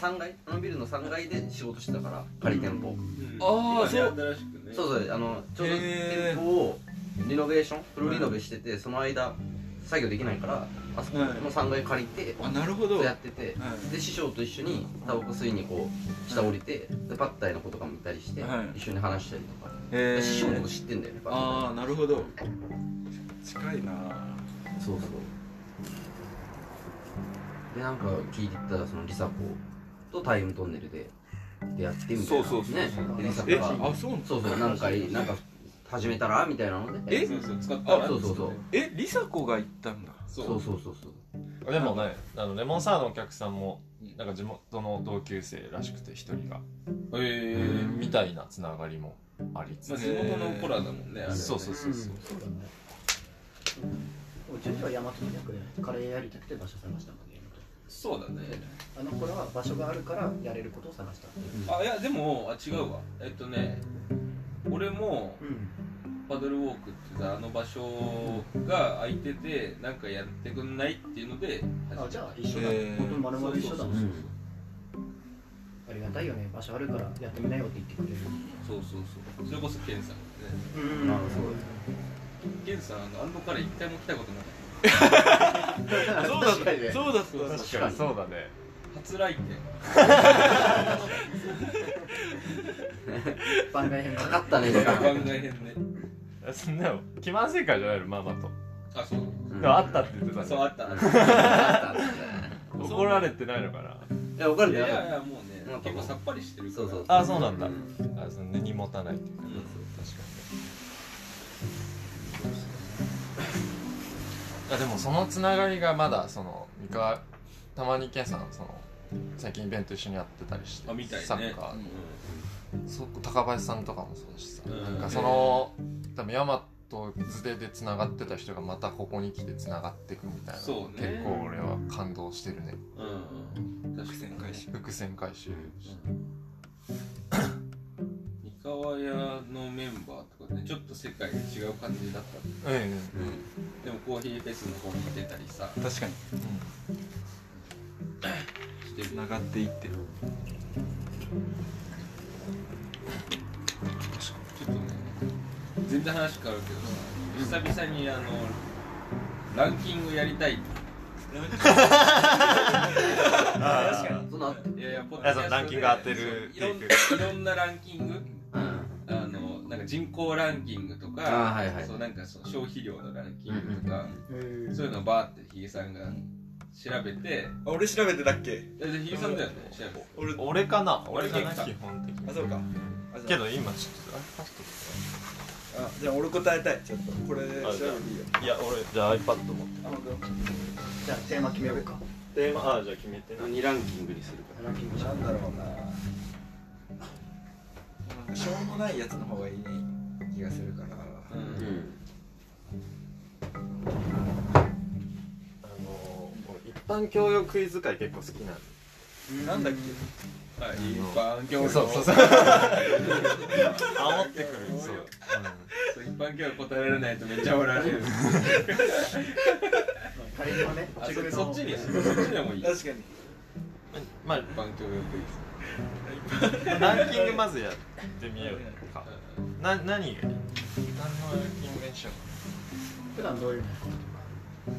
S4: 3階、あのビルの3階で仕事してたから、仮店舗。
S7: ああそ
S3: そうう新しくね
S4: そうそう、あの、ちょうど
S7: へー
S4: 店舗をリノベーションフルリノベしててその間作業できないからあそこの3階借りて
S7: あなるほど
S4: そうやってて
S7: はい
S4: で師匠と一緒にタバコ吸いにこう下降りてでパッタイの子とかもいたりして
S7: はい
S4: 一緒に話したりとか
S7: え
S4: 師匠のこと知ってんだよねパッタイ
S7: ああなるほど近いな
S4: そうそうでなんか聞いてたらそのリサ子とタイムトンネルで出会ってみたいな
S6: そうそうそう
S4: ねでリサ子
S7: え
S4: が
S7: あそうなん
S4: そうそう何回なんか始めたらみたいなので
S7: え
S3: そうそう使ったら
S4: そうそうそう
S7: えりさこが行ったんだ
S3: そ
S4: そううそうそうそう
S2: でもねあのレモンサワーのお客さんもなんか地元の同級生らしくて一人が、
S3: えー
S2: みたいなつながりもありつ
S3: まあ、
S2: つ、
S3: 地元の子らだもんねあれはね
S2: そうそうそうそう
S5: そうだねうちは大和の役でカレーやりたくて場所探したもんね
S3: そうだね
S5: あの頃は場所があるからやれることを探した
S3: あいやでもあ違うわえっとね俺も
S5: うん
S3: パドルウォークってさあの場所が空いててなんかやってくんないっていうので始めた
S5: あじゃあ一緒だ、
S7: えー
S5: 本当に丸々一緒だもん
S4: うん
S5: ありがたいよね場所あるからやってみなよって言ってくれる
S3: そうそうそうそれこそケンさんがね
S5: うんなるほ
S3: ケンさんあのあんのから一回も来たことなかっ
S7: そうだったそうだった
S2: 確かにそうだね
S3: た初来店
S5: ど番外編
S4: か
S5: が
S4: かったね
S3: 番外編ね
S2: そんなの気まずいからじゃないのママと、
S3: あそう
S2: でもあったって言ってた
S3: そう
S2: ね
S3: あったあった
S2: 怒られてないのかない
S4: や分かる
S3: い
S4: て
S3: や
S4: ないかった
S3: やもうね結構さっぱりしてるから
S4: そうそう
S2: あそうなんだ、あその根に持たないっていうか、
S3: うん
S2: 確かにあでもそのつながりがまだその三河たまにケンさんその最近イベント一緒にやってたりして
S3: あみたいね
S2: サッカー、そ高林さんとかもそうだしさ、
S3: うん
S2: なんかその多分ヤマトズデでつながってた人がまたここに来てつながっていくみたいな
S3: そうね
S2: 結構俺は感動してるね
S3: うん、うん、確かに
S7: 回収
S2: 伏線回収
S3: 三河屋のメンバーとかねちょっと世界が違う感じだった
S2: うん、うん
S3: でもコーヒーフェスの方に出たりさ
S7: 確かに
S3: してる
S7: 繋がっていってる
S3: ちょっとね全然話変わるけどさ久々にあのランキングやりたい
S8: 確かに
S4: そんなあって
S3: いやいやポッドキ
S2: あ
S3: ャスト
S2: そ
S3: で
S2: のランキング当てる
S3: そういろん
S2: テ
S3: いろんなランキング
S4: うん
S3: あのなんか人口ランキングとか
S4: あーはいはい
S3: そうなんかその消費量のランキングとか、
S5: え
S3: そういうのをバーってヒゲさんが調べて
S7: あ俺調べてたっけ
S3: えでヒゲさんだよね調べて
S7: 俺
S2: 俺かな
S3: 俺
S2: 俺
S3: かな
S2: かな基本的に
S7: あそうかあじゃあ
S2: けど今ちょっとあれパス
S7: あじゃあ俺答えたいちょっとこれで調べていいよ
S2: といや俺じゃあ iPad 持って
S7: あ本
S5: じゃあテーマ決めようか
S2: テーマあじゃあ決めて
S4: 何ランキングにするか
S5: ランキング
S7: 当
S5: じゃ
S7: なんんだろうななんかしょうもないやつの方がいい気がするから
S3: う
S4: うんん
S2: あのー一般教養クイズ会結構好きなん
S7: なんだっ
S3: はい一般教養
S2: そうそう [LAUGHS] そう煽ってくるそう、
S3: そう一般教養答えられないとめっちゃ笑われる
S5: カレーはね
S3: あ
S5: 自分
S3: そ
S5: の
S3: そっちにそっちでもいい
S7: け確かに
S2: うんまあ
S3: 一般教養クイズ
S2: ランキングまずやってみようか。な何がいい？何のランキングにしようか。
S5: 普段どういうの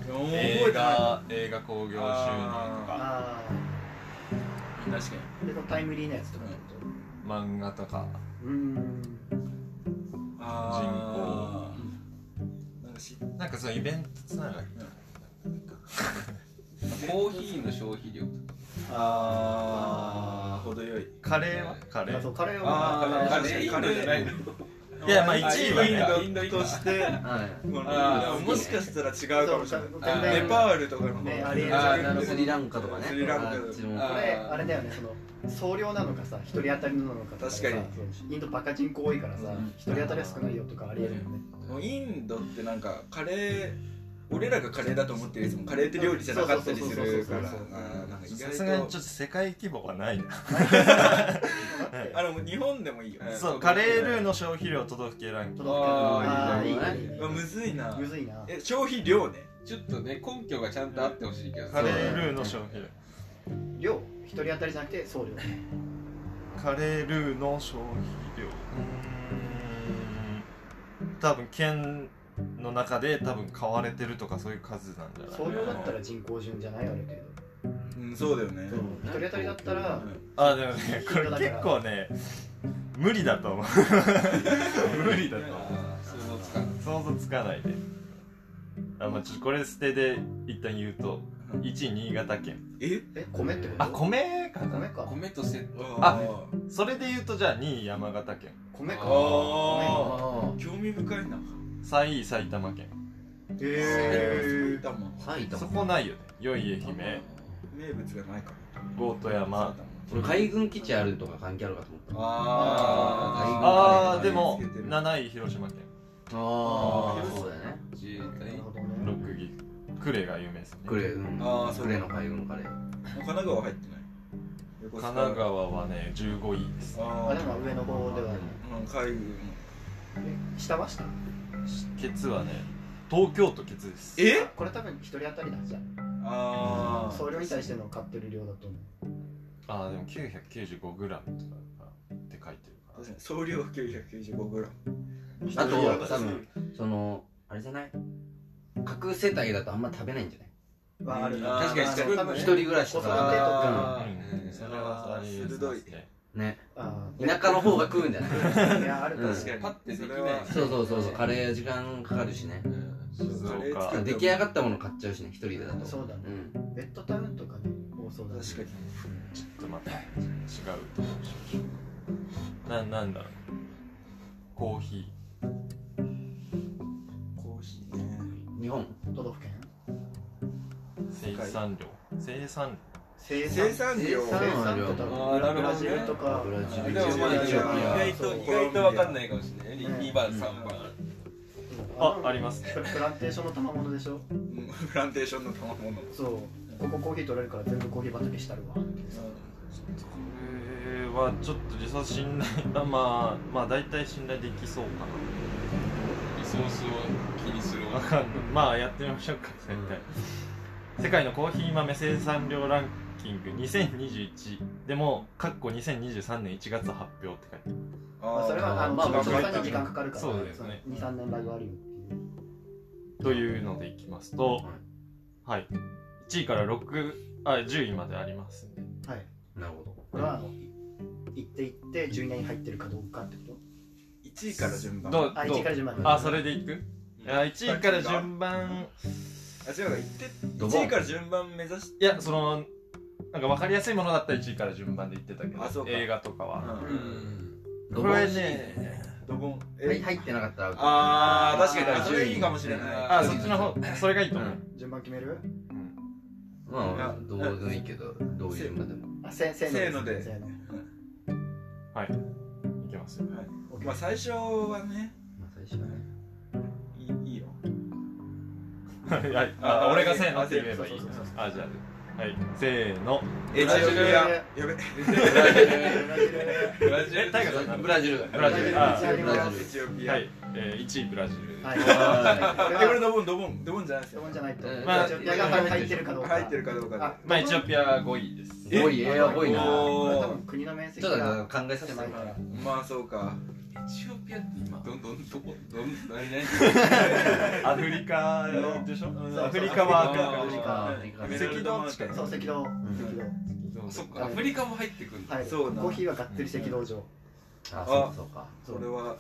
S7: 覚え
S2: 映
S7: てない
S2: 画映画興行収入とか
S5: あ
S7: 確かに
S5: あでのタイムリーなやつとかってこと
S2: 漫画とか。
S5: うん
S7: あーなんかし
S2: なんかそのイベントつながり。
S3: コーヒーの消費量とか
S7: あー程よい
S2: カレーはカレ
S5: あそ
S2: ー。
S5: うカレー
S7: あ
S5: は
S7: ー
S3: カレーインドじゃないの
S2: いやまあ一
S3: い
S2: 位
S3: い
S2: は
S3: ね
S2: ね。
S7: インドとして
S4: はい
S7: もう
S3: あー
S7: もしかしたら違うかもしれ
S5: そう
S7: な
S5: 全
S7: い
S5: 然
S7: ネパールとかの方
S5: ねありえ
S3: ない
S7: あー
S3: なるほど
S4: スリランカとかね
S7: スリランカ
S4: あっちも
S3: あ
S5: これあれだよねその総量なのかさ一人当たりなのかとかさ
S7: 確かに
S5: そうインドバカ人口多いからさ
S7: うん
S5: 一人当たりは少ないよとかありえるもんね
S7: もうインドってなんかカレー俺らがカレーだと思ってるやつもカレーって料理じゃなかったりするから
S5: そうそうそうそう
S7: あーなんか意
S2: さすがに
S7: 外
S2: ち
S7: と
S2: ょっと世界規模はないな。
S7: あの日本でもいいよ、
S3: うん
S2: そうカレールーの消費量都道府県ランキング。
S5: 都道府県
S3: あ
S4: ーいいね
S5: あーいいね
S7: うわむずいな
S5: むずいな
S7: え消費量ね
S3: ちょっとね根拠がちゃんとあってほしいけど
S2: カレールーの消費量。
S5: 量一人当たりじゃなくて総量
S2: カレールーの消費量うーん多分県の中で多分買われてるとかそういう数なんじゃない
S5: 創業だったら人口順じゃないある程
S7: うん、そうだよね
S5: 度一人当たりだったら
S2: あでもねこれ結構ね無理だと思う無理だと思う
S3: 想像つかない
S2: 想像つかないであ、まあ、ちょっとこれ捨てで一旦言うと1新潟県
S7: え
S5: え米ってこと
S2: あ米か
S5: 米
S2: な
S5: か
S3: 米とセット
S7: あ
S2: それで言うとじゃあ2位山形県
S5: 米か
S7: あー興味深いな
S2: 3位埼玉県
S7: へえ
S4: 埼
S2: そ
S4: 玉
S2: こないよね4位愛媛
S7: 名物がないかも
S2: 5富山
S4: 俺海軍基地あるとか関係あるかと思っ
S2: あ
S4: た
S7: あ
S2: あでも7位広島県
S4: ああそうだよね
S3: 自衛
S5: なる
S3: 隊
S5: ほどね
S2: 6位呉が有名ですね
S4: クレうん
S7: あーそう
S4: クレの海軍カレー
S7: 神奈川入ってない横須
S2: 神奈川はね15位です
S7: あ
S5: あ
S7: あ
S5: で
S7: でも
S5: も上の方ではない
S7: 海軍
S5: え下は下
S2: ケツはね東京都ケツです
S7: え
S5: これ多分一人当たりだじゃ
S7: あ
S5: あ
S7: あ
S5: 総量に対しての買ってる量だと思う
S2: ああでも 995g とかって書いてるか
S7: 確かに総量は 995g
S4: あと多分そのあれじゃない各世帯だとあんま食べないんじゃない
S5: はあるな
S7: あー
S3: 確かに
S5: まあ
S3: 作るの
S5: 多分
S4: 一人暮らしとか
S2: ら
S7: あー
S2: うんそれはありえます
S7: 鋭い
S2: ね
S4: ね
S5: あー
S4: 田舎の方が食うんじゃない
S5: いやあるかも
S4: うん
S5: しれ
S3: パッてできない
S7: それは
S4: そうそうそうそうカレー時間かかるしね
S2: 静
S7: カレー
S2: 岡
S7: 作る
S4: 出来上がったもの買っちゃうしね一人でだ
S5: ない
S4: と
S5: そうだね
S4: うん
S5: ベッドタウンとかね多そうだね
S7: 確かに
S2: ちょっとまた違うとこにしましょうななんだろうコーヒ
S7: コーヒーね
S4: 日本
S5: 都道府県
S2: ー生産量生産
S5: 生
S7: 生産量
S5: 生
S3: あ
S5: 産って多
S3: ーなるほど
S5: 分
S3: ね
S5: ブラジルとか
S4: ブラジ
S3: で
S4: ル
S3: もまあ
S4: エ
S3: 意
S4: チオピア
S3: 外と意外と分かんないかもしれないね2番3番
S2: あありますね
S5: すプランテーションの賜物でしょ
S7: うんプランテーションの賜物
S5: そうここコーヒー取れるから全部コーヒー畑したるわ
S2: これはちょっと実は信頼あまあまあ大体信頼できそうか
S3: リソースを気にする
S2: なわかんない [LAUGHS] まあやってみましょうか絶対、世界のコーヒー豆生産量ランキング2021でもかっこ2023年1月発表って書いてある
S5: まあそれはあの
S4: まあ
S5: 調査
S4: まあ
S5: に時間かかるから
S2: そうですね
S5: 23年ラグあるよっていう
S2: というのでいきますと、はい、1位から6あ10位までありますんで
S5: はい
S4: なるほど
S5: これは行って行って12年に入ってるかどうかってこと
S7: 1位から順番
S2: どう
S5: あ
S2: ど
S5: 1
S2: う
S5: から順番
S2: あそれでいく、
S3: うん
S2: あ1位から順番
S7: あ違うかって
S4: ドボン
S7: 1位から順番目指して
S2: いやそのなんか分かりやすいものだったら1位から順番で言ってたけ
S7: あそう
S2: ど
S7: か
S2: 映画とかは、
S3: うん
S4: ド
S2: こ
S4: ボン
S2: れね
S7: ドボン
S4: はい入ってなかったら
S7: あー確かに
S4: あー
S7: それいいかもしれない
S2: あそっちの方それがいいと思う、
S4: うん
S5: 順番決める
S4: ま
S7: い
S4: あ
S7: や
S4: どうでもいいけどどういうまでも
S5: あせせーの
S7: せ
S5: せーの
S2: いきますよ
S7: まあ最初はね
S4: まあ最初はね
S7: いいいいよ
S2: はいあ俺がせーのって言えばいいあじゃあはいせーの
S7: エチオピアやべ
S3: ブラジル
S2: えタイガーさん
S4: ブラジルだ
S2: ブラジルあ
S5: ブラジル
S4: ブラジ
S7: エチオピア
S2: はい、えー、1位ブラジル
S5: はい
S7: あ
S5: こ
S7: こ
S5: れは
S7: れドボンドボンドボンじゃないで
S5: 質
S7: すよ
S5: 問じゃないと
S4: うん
S2: まあ
S5: エチオピアが入ってるかどうか
S7: 入ってるかどうか
S2: まあエチオピア5位です
S7: え
S4: 5位エア5
S7: で
S4: 位な
S5: これ多
S7: お
S5: 分
S7: ー
S5: 国の面積
S4: ちょっとなん
S5: が
S4: か考えさせてもらいたい
S7: まあそうか
S3: エチオピアって今どんどんどこどんどん何々
S2: アフリカでしょ
S5: そう
S2: アフリカは赤
S3: アフリ
S5: カ
S4: アフリカ
S7: メラルドマーク
S5: そう赤道赤道
S3: あそっかアフリカも入ってくるんだ
S5: はい、
S7: そうなの
S5: コーヒーはがっつり赤道上、
S4: あそうかそうか
S7: それは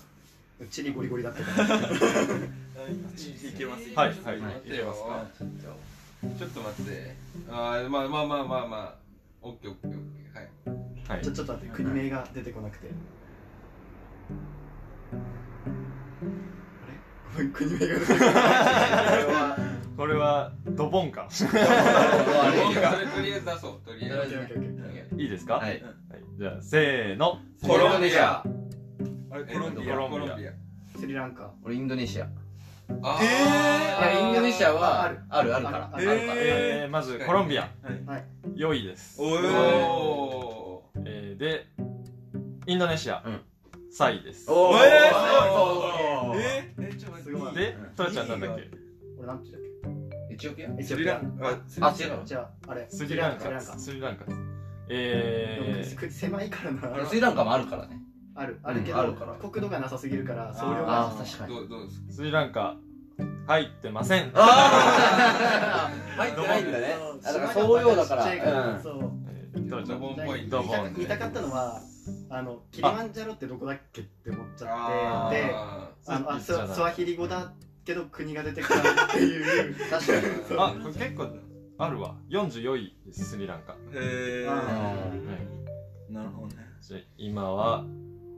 S5: うちにゴリゴリだったから
S7: いけます
S2: はい
S3: ちょっと
S2: はい
S3: 待ってよ
S2: いけますか
S3: ちょっと待ってあーまあまあまあまあまあオッケーオッケーオッケーはい
S2: はい
S5: ちょちょっと待って国名が出てこなくてあれ国名が出てこな
S2: これはドボンか
S3: それとりあえず出そうとりあえず
S5: くて
S2: いいですか、
S4: はい
S2: じゃあせーの
S4: コロンビア
S7: あれ
S3: え
S7: コロンビア
S2: コロン
S3: コ
S2: ビア
S3: ロンビア
S5: スリランカ
S4: 俺インドネシアい
S3: あ
S7: え
S4: やインドネシア
S5: あ
S4: はあ
S5: る
S4: るあるから
S5: あ
S4: あ
S5: る
S4: るから
S2: えー、まずコロンビア
S5: はい
S2: 4位です、
S7: お
S3: ー
S7: ー
S3: お
S2: えー、でインドネシア、
S4: うん
S2: 3位です
S4: おー
S7: え
S4: そうそう
S7: え
S3: ーえちょっと待
S5: すごい
S3: って
S2: でトラちゃんなんだっけ
S5: 俺なんて言うんだ
S4: エチオピア
S5: っけエチ
S7: ス
S5: オピ
S7: リラ
S5: ア
S7: ンカあス
S4: あ違
S5: 違
S4: う
S5: う
S4: の
S5: 違うあれ
S2: スリラン
S5: スリラ
S2: カ
S5: ンカ
S2: スリランカです
S5: で
S2: え
S5: も国狭いからな
S4: スリランカもあるからね
S5: あるあるけ
S4: うんあ
S5: ど
S4: るから
S5: 国土がなさすぎるから総量が
S4: あー確かに
S3: どうどうですか
S2: ー、スリランカ入ってません
S4: 入ってないんだね
S5: あだからそうようだから
S9: ちっちゃいから
S4: うん
S9: そう
S2: ドボン
S3: ドボ
S9: なん
S3: ンポ
S9: か
S3: イ
S9: 言
S3: ン
S9: い
S3: ト
S9: た
S2: ボン
S9: か言いたかったのはあのキリマンジャロってどこだっけって思っちゃ
S7: あ
S9: ってで
S3: あ
S9: あのあス
S2: そう
S9: ワスワヒリ語だけど国が出てこないっていう
S5: 確かに
S2: あこれ結構あるわ44位ですスリランカ、は
S7: へえ
S9: うん
S7: なるほどね
S2: いで今は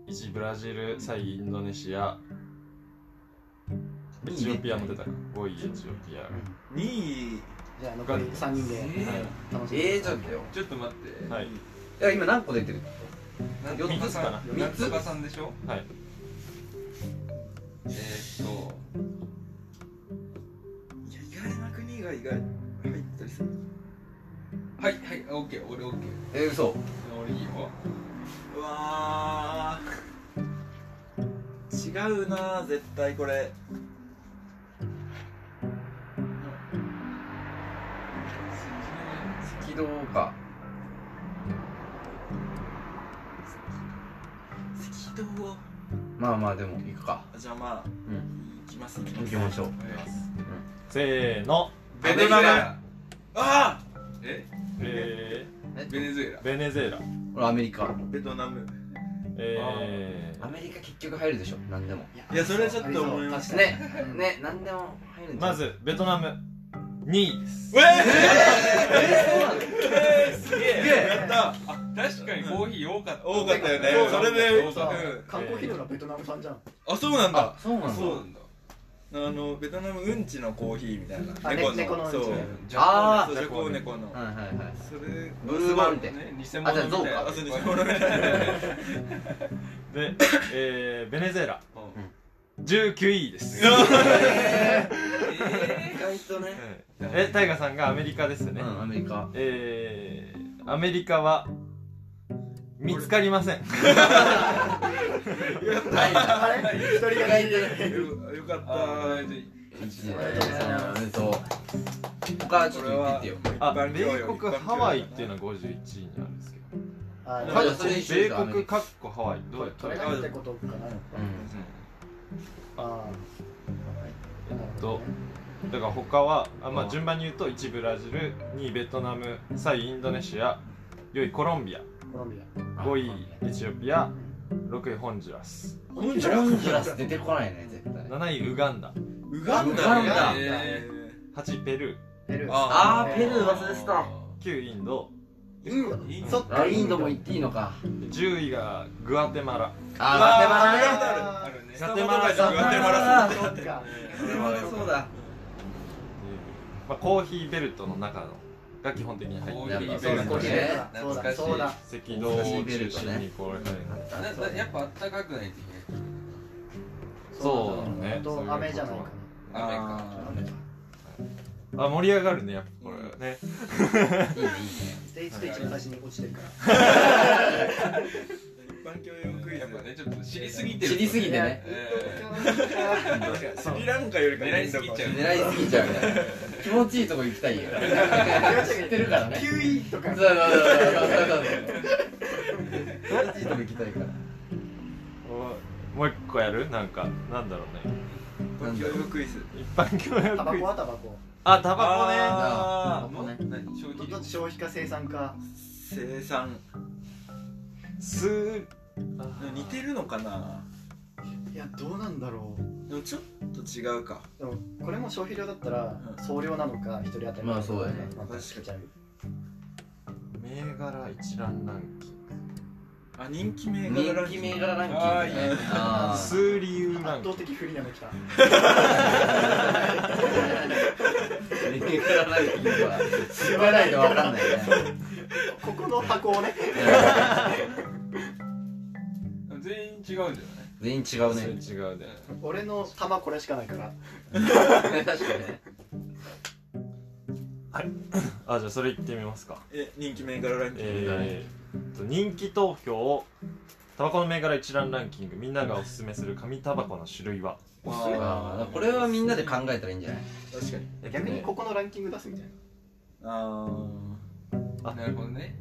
S2: 1ブラジル3位インドネシアエチオピアも出たか5位エチオピア
S7: 2位
S5: じゃあ残り3人で楽しんで
S4: ええちょっとよ
S6: ちょっと待って
S2: はい
S4: いや今何個出てる
S3: なん
S2: 四つかな
S3: なんとかさんでしょ
S2: はい
S3: えーっと
S7: いや意外な国が意外入ったりする
S3: はいはいオッケー俺オッケー
S4: えー、嘘
S3: 俺いいよ
S7: うわー違うな絶対これ
S4: 軌道か
S7: 赤道を
S4: まあまあでも行くか
S7: じゃあまあ、
S4: ん
S7: 行きます行
S4: 行きましょう
S2: せーの
S3: ベネズエラ
S4: ラ
S7: あ
S3: え
S2: え
S3: ベネズエラ
S2: ー、ベネズエラ
S4: 俺アメリカ
S7: ーベトナム
S2: え
S4: アメリカ結局入るでしょ何でも
S7: いやそれはちょっと思いま
S9: し
S7: す
S9: た
S4: ねね何でも入るん
S2: ー、
S4: じ
S2: ま
S4: ゃない
S2: ずベトナム2位です
S7: やった
S3: 確かにコーヒー多かった
S7: 多かったよね
S3: 多か
S7: そ
S3: った
S7: れで
S3: 多かった
S9: 観光費用がベトナム産じゃん
S7: あそうなんだ
S4: あそうなんだ
S3: そうなんだ
S7: あのベトナムうんちのコーヒーみたいな
S9: あね猫のうんち
S7: そう
S9: ね
S4: あ
S7: そうジャコウ猫の
S4: はいはいはい
S7: それ
S4: ブーマンテ
S3: ね偽
S4: あじゃあ
S3: 物
S4: ゾウ
S3: みたい
S4: か
S7: あそうですこのみたいな
S2: で、えー、ベネズエラ、19位です
S4: 意外とね
S2: えタイガさんがアメリカですよ
S4: う
S2: ね、
S4: んアメリカ
S2: えー、アメリカは見つかりません
S9: あれ一人が大事
S7: よよかっ
S3: あ
S7: た
S3: ーじゃ
S4: 一時だねそう他ちょっと言ってってよ
S2: あ
S7: 一般教養
S2: 米国ハワイっていうのは51位にあるんですけど
S9: あ
S4: い
S9: れ
S4: や
S9: 取
S4: それ一緒で
S2: 米
S4: すアメ
S2: 国
S4: リカ
S2: かっこハワイどうやった
S9: れ
S2: ら
S9: ないってことかな
S4: うん
S9: あ
S2: えっとだから他はあ、まあ、順番に言うと1ブラジル2位ベトナム3位インドネシア4位コロンビア
S9: あコロンビア
S2: 5位エチオピア6位ホンジュラス
S4: ホンジュラス出てこないね絶対
S2: 7位ウガンダ
S7: ウガンダ
S4: ウガン
S3: あ
S4: ダ
S3: え
S2: 8位ペル
S9: ペルー
S4: あーペルー忘れてた
S2: ー9位インド
S9: うんそっ
S4: あ
S9: か
S4: インドも行っていいのか
S2: 10位がグアテマラ
S4: あ
S7: あるね
S2: ガテマラ
S7: スタバとかでグアテマラ
S4: あ
S9: そっか
S4: ガテマラそうだ
S2: まあ、コーヒーベルトの中のが基本的に入
S3: コ
S2: っ
S3: ー
S2: て
S3: ヒ
S2: る
S3: ーベル
S4: そうだ
S9: そうだ
S3: 懐
S9: そう
S3: か
S9: だ
S3: し
S9: そ
S3: い
S9: うだ
S2: 赤道を中心にこう、
S3: ーななやっぱあったかくないといけない
S2: そうだね
S9: あと雨じゃないか
S3: 雨
S7: あ
S3: か
S9: な
S2: あ盛り上がるねやっぱこれね
S9: ステージと一番最初に落ちてるから
S7: ー一般教養クイズ
S3: やっぱねちょっと知りすぎてる
S4: 知りすぎてね
S3: えー
S7: 確かにスリランカよりか
S3: 狙いすぎちゃう
S4: 狙いすぎちゃうね気持ちいいとこ行きたいよ気持ち行ってるからね
S9: 9位と
S4: そ
S9: か
S4: うそうそうそうそう気持ちいいとこ行きたいから
S2: もう一個やるなんかなんだろうね
S7: 一般教養クイズ
S2: 一般教
S9: タバ
S2: 育
S9: コはタバコ
S2: あタバコね
S7: あ
S4: もうね
S3: 何消
S9: ど
S3: 費
S9: っち消費か生産か
S7: 生産
S2: す
S7: 似てるのかない
S9: やどうなんだろう
S7: でもちょっと違うか
S9: でもこれも消費量だったら
S7: うん
S9: 総量なのか一人当たり
S4: まあそうだよね
S9: またちゃう
S2: 銘柄一覧ランキン
S7: あ人気銘柄
S4: 人
S7: ランキ
S4: 気
S7: ング
S4: 銘柄ランキング
S3: あーいいね
S2: グ
S4: あー
S2: 数理由ラン
S9: 圧
S2: キン
S9: 倒
S2: グ
S9: 的不利なの来た
S4: 銘柄ランキングは知らないとわかんないね
S9: ここの箱をね
S3: 全員違うんじゃない
S4: 全員違うね
S2: それ違うね
S9: 俺の玉これしかないから
S4: 確かにね
S2: あじゃあそれいってみますか
S7: え人気銘柄ランキング、
S2: えー、と人気投票をタバコの銘柄一覧ランキングみんながおすすめする紙タバコの種類は
S4: あーこれはみんなで考えたらいいんじゃない
S7: 確かに
S9: 逆にここのランキング出すみたい
S7: あ
S3: なるほどね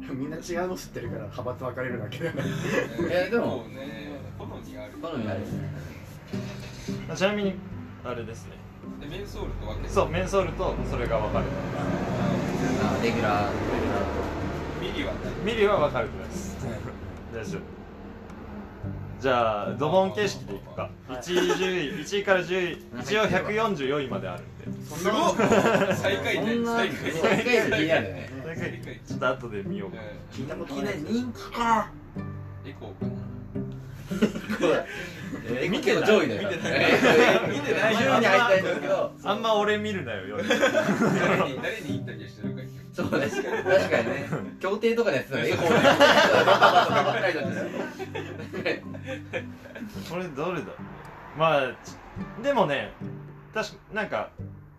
S9: なみんな違うの知ってるから派閥分かれるだけだな
S4: えでも
S3: そうね好みがある
S4: 好みあるよね
S2: あちなみにあれですね
S3: でメンソールと分けて
S2: そうメンソールとそれが分かれてま
S4: あレギュラーレギュラーと
S3: ミリはない
S2: すミリは分かれてます大丈夫じゃあドボン形式でいくか1位10位1位から10位一応144位まであるんです
S3: ごっ最下位で最下位
S4: そんな最下位でリアルね
S2: それがちょっと後で見ようか
S3: え
S5: 聞いたこと
S4: いき
S5: な
S4: ないり人気か
S3: ーエコーかな
S4: え見て上位だ
S2: [LAUGHS]
S4: よ見てない見てない順に入ったいんだけど
S2: あんま俺見るなよよ
S3: 誰に誰にインタビューしてるか
S4: そう確かに確かにね協定とかのやつだねこうバタバタばっかりだった
S2: これどれだろうねまあちでもね確かなんか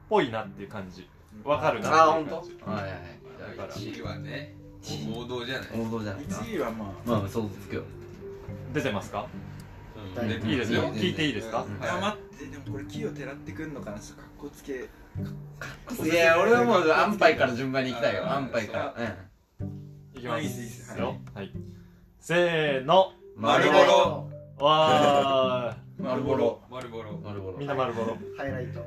S2: ぽいなっていう感じわかるな
S4: あ
S2: ってい
S4: 本
S2: う
S4: 当
S2: 感じ
S4: はいはい
S2: だから
S3: 1位はね王道じゃない
S4: 王道じゃないか
S7: 1位はま
S4: まあ想像つくよ
S2: 出てますか
S3: うん
S2: いいですよ聞いていいですか
S7: あ、あ待ってでもこれ木をてらってくんのかなちょっとかっこつけ
S4: いや俺はもう安牌から順番に行きたいよ安牌から
S2: いきま
S7: あいいですいいです
S2: すよはいせーの
S4: うん
S3: 丸ボロ
S2: わ
S4: 丸ボロ
S3: 丸ボロ
S4: 丸ボロ [LAUGHS]
S2: ーみんな丸ボロ
S9: ハイライト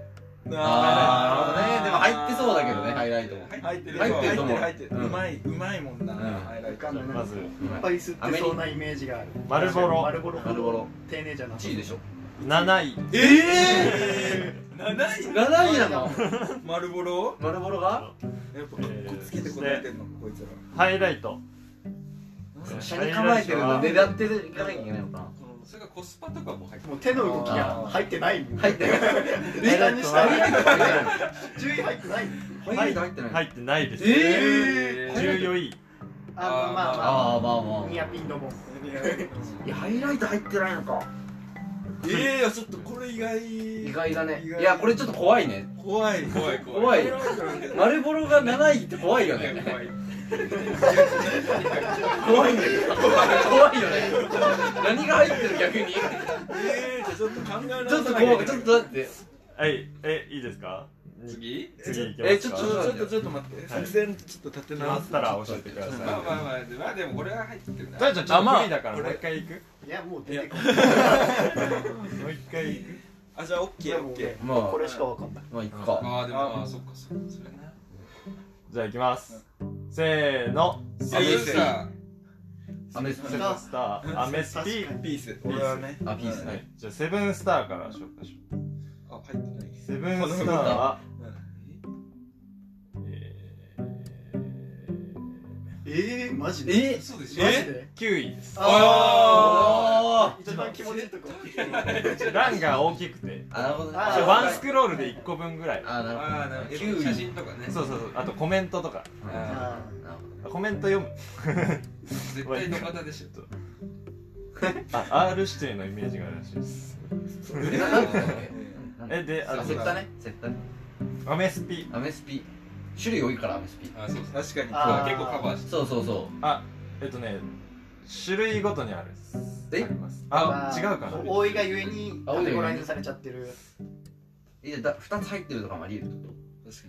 S4: あーなるほどねでも入ってそうだけどねハイライトも
S7: 入ってる
S4: 入ってると思う
S7: 入ってる入って
S4: う
S7: る
S4: ん
S7: うまいうまいもんな、
S4: うん
S7: ハイライト
S9: わかんない
S2: まず
S9: いっぱい吸ってそうなイメージがある
S2: 丸ボロ
S9: 丸ボロ
S4: 丸ボロ
S9: 丁寧じゃなさ
S4: 1位でしょ
S2: 7位
S4: ええ7位なの
S7: 丸ボロ
S4: 丸ボロが
S7: やっぱかっこつけて答えてんのこいつら
S2: ハイライト
S4: 車に構えてるの狙っていかなきゃいけないのかな
S3: それがコスパとかも入って
S9: もう手の動きが入ってない
S4: 入ってない
S9: 値段にした
S2: 入
S9: ら
S4: 入ってない
S9: 10位入ってない
S4: 入ってない入ってない
S2: 入ってないです
S4: えー
S2: 14位
S9: あまあまあ
S4: ああまあま
S9: まあ
S4: あ
S9: ニアピンドも
S4: [LAUGHS] いやハイライト入ってないのか
S7: ええいやちょっとこれ意外
S4: 意外だね
S7: 意外
S4: いやこれちょっと怖いね
S7: 怖い
S3: 怖い怖い
S4: 怖い丸ボロが7位って怖いよね
S3: 怖い
S4: 怖いんだけど怖いよね何が入ってる逆に
S7: ええじゃあちょっと考えな
S4: ちょっと怖いちょっとだって
S2: はいえいいですか
S3: 次
S2: 次いき
S4: え
S2: ます
S4: ちょ
S2: か
S4: っと
S7: ちょっとちょっと待って
S2: はい
S7: 作戦ちょっと立て
S2: あ
S7: 直
S2: っ
S7: す
S2: たら教えてくだ
S3: ま
S2: さ
S3: あ
S2: い
S3: まあまあまあでもこれは入ってるな
S2: 大ちゃんちょっと無理だからもう一回行く
S9: いやもう出てこない
S2: もう一回行く
S7: あじゃあオッケーオッケ
S4: まあ
S5: これしかわかんない
S4: まあいくか
S3: ああでもああそっかそっかそれな
S2: じゃあ行きますせーの
S3: セイウサ
S4: アメス
S2: セブンスターアメスピー
S7: ーピース俺はね
S4: あピース
S2: は
S4: ね
S2: いじゃあセブンスターから紹介しま
S7: あ入ってない
S2: すセブンスターは
S9: えー、マジで
S4: え
S3: そうでしょ
S9: マジで
S2: 9位です
S4: あ
S9: 一番気持ちいいとこ
S2: 欄が大きくて
S4: ーあなるほどね
S9: あ
S2: ちょワンスクロールで1個分ぐらい
S4: あーなるほ
S3: ああなるほ
S4: キウ
S3: ど
S4: イ
S3: 写真とかね
S2: そうそうそうあとコメントとか
S4: ど
S9: あ
S2: コメント読む
S3: 絶対の方でしょ
S2: あ R 指定のイメージがあるらしいです
S4: えななんて言ったっけ
S2: えであ
S4: あ
S2: と
S4: セッタねセッタね
S2: アメスピ
S4: アメスピ種類多いからアメスピ
S3: ああそうそう
S7: 確かに
S9: あー
S3: 結構カバーして
S4: そうそうそう
S2: あえっとね種類ごとにある
S4: え
S2: ありますあ
S9: ー
S2: 違うかな
S9: 多いがゆえに
S4: 多い
S9: カ
S4: がゆえに
S9: テゴライズされちゃってる
S4: いやだ2つ入ってるとかもありえるってこ
S7: 確か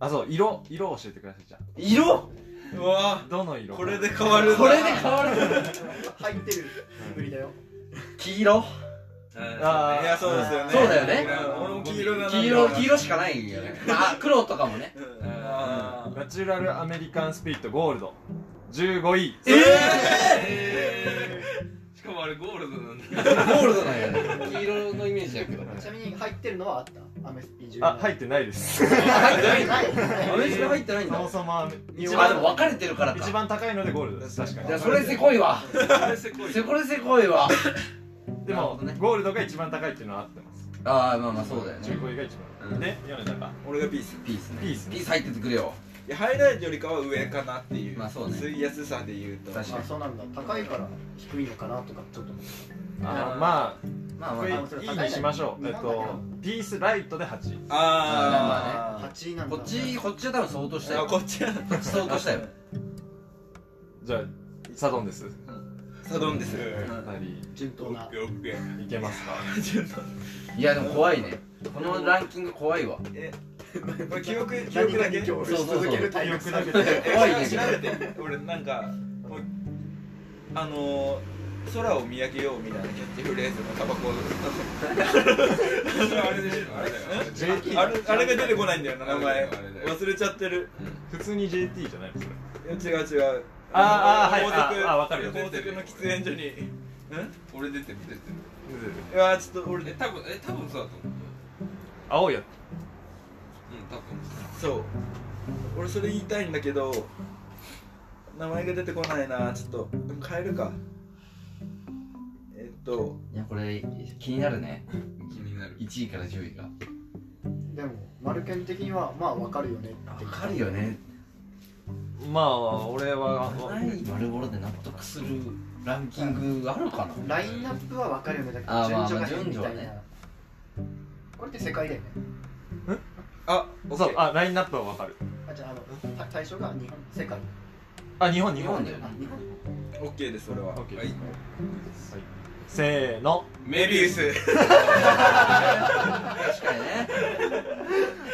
S2: あそう色色を教えてくださいじゃ
S4: と色
S7: にうわ
S2: あどの色
S7: これで変わる
S4: これで変わる
S9: 入ってる無理だよ
S4: 黄色
S2: あ
S7: いやそうですよね
S4: そうだよね
S7: 俺も黄色だな
S4: 黄色黄色しかないよねあ黒とかもね
S7: うんあ
S2: ナチュラルアメリカンスピリットゴールド15位
S4: [LAUGHS] え
S3: えーしかもあれゴールドなんだ
S4: ゴールドなんやね黄色のイメージだけど
S9: ちなみに入ってるのはあったアメスピ1
S2: あ入ってないです
S4: 入ってないんだ
S9: ない
S4: アメスピ入ってないん
S2: そ
S4: だ
S2: もそもアメ一
S4: あでも
S2: 番
S4: 分かれてるからか
S2: 一番高いのでゴールドです確か
S4: いや
S2: に
S4: それせこいわ
S3: これせこい
S4: せこれせこいわ
S2: で
S4: なるほ
S2: も
S4: どね
S2: ゴールドが一番高いっていうのは合ってます
S4: ああまあまあそうだよね
S2: 15位が一
S4: う
S2: 番
S4: ん
S2: で米田が
S7: ー俺がピース
S4: ピースね
S2: ピースね
S4: ピース入っててくれよ
S7: いやハイライトよりかは上かなっていう
S4: まあそうね
S7: 吸いやすさで言うと
S4: 確か
S9: あそうなんだ高いから低いのかなとかちょっと思って
S2: あーま
S4: まあまあ
S9: あ
S2: あ低いいいにしましょうえっとピースライトで8位
S7: あー
S9: 8位なんだ
S4: こっちこっちは多分相当した
S7: あ
S4: よ
S7: こっちや
S4: こっち相当したよ
S2: じゃあサドンです
S7: サドンです
S2: 2
S9: 順当な
S2: [LAUGHS] 人いけますか
S4: いやでも怖いねこのランキング怖いわ
S7: これ記憶記憶だけ
S9: 何々今日し続ける体力だけ
S4: 怖い
S7: え
S4: ね
S7: 調べて俺なんかもうあのー空を見上げようみたいなキャッチフレーズのタバコ
S3: それあれでしょあれだよあれだよ
S7: あれあれが出てこないんだよな名前
S3: あれだよ
S7: 忘れちゃってる
S2: 普通に JT じゃないのそれ
S7: いや違う違う
S2: あーあーはい
S7: の高速
S2: あーあーわかるよ
S7: 高速の喫煙所にん
S3: 俺出てる出てる
S7: いやーちょっと俺
S3: え多分え多分そうだと思う
S2: 青いや
S3: うん多分
S7: そう俺それ言いたいんだけど名前が出てこないなちょっとでも変えるかえっと
S4: いやこれ気になるね
S3: 気になる
S4: 1位から10位が
S9: でもマルケン的にはまあ分かるよねって
S4: 分かるよね
S2: まあ俺は
S4: 何丸ボロで納得するランキングあるかな
S9: ラインナップは分かるよねだけ
S4: あ
S9: ど
S4: ーまあ
S9: 順序が変み
S4: ま
S9: た
S4: あ順
S9: い
S4: 序は
S9: なこれって世界だよね
S7: あオッ
S2: そう
S7: ケー
S2: あラインナップはわかる
S9: あじゃああのた対象が日本世界
S2: あ日本日
S4: 日
S2: 本
S4: 本
S2: で
S4: だよね
S9: あ日本
S7: オッケーですそれは
S2: OK
S3: はい
S2: せーの
S7: メビウス
S4: 確かにね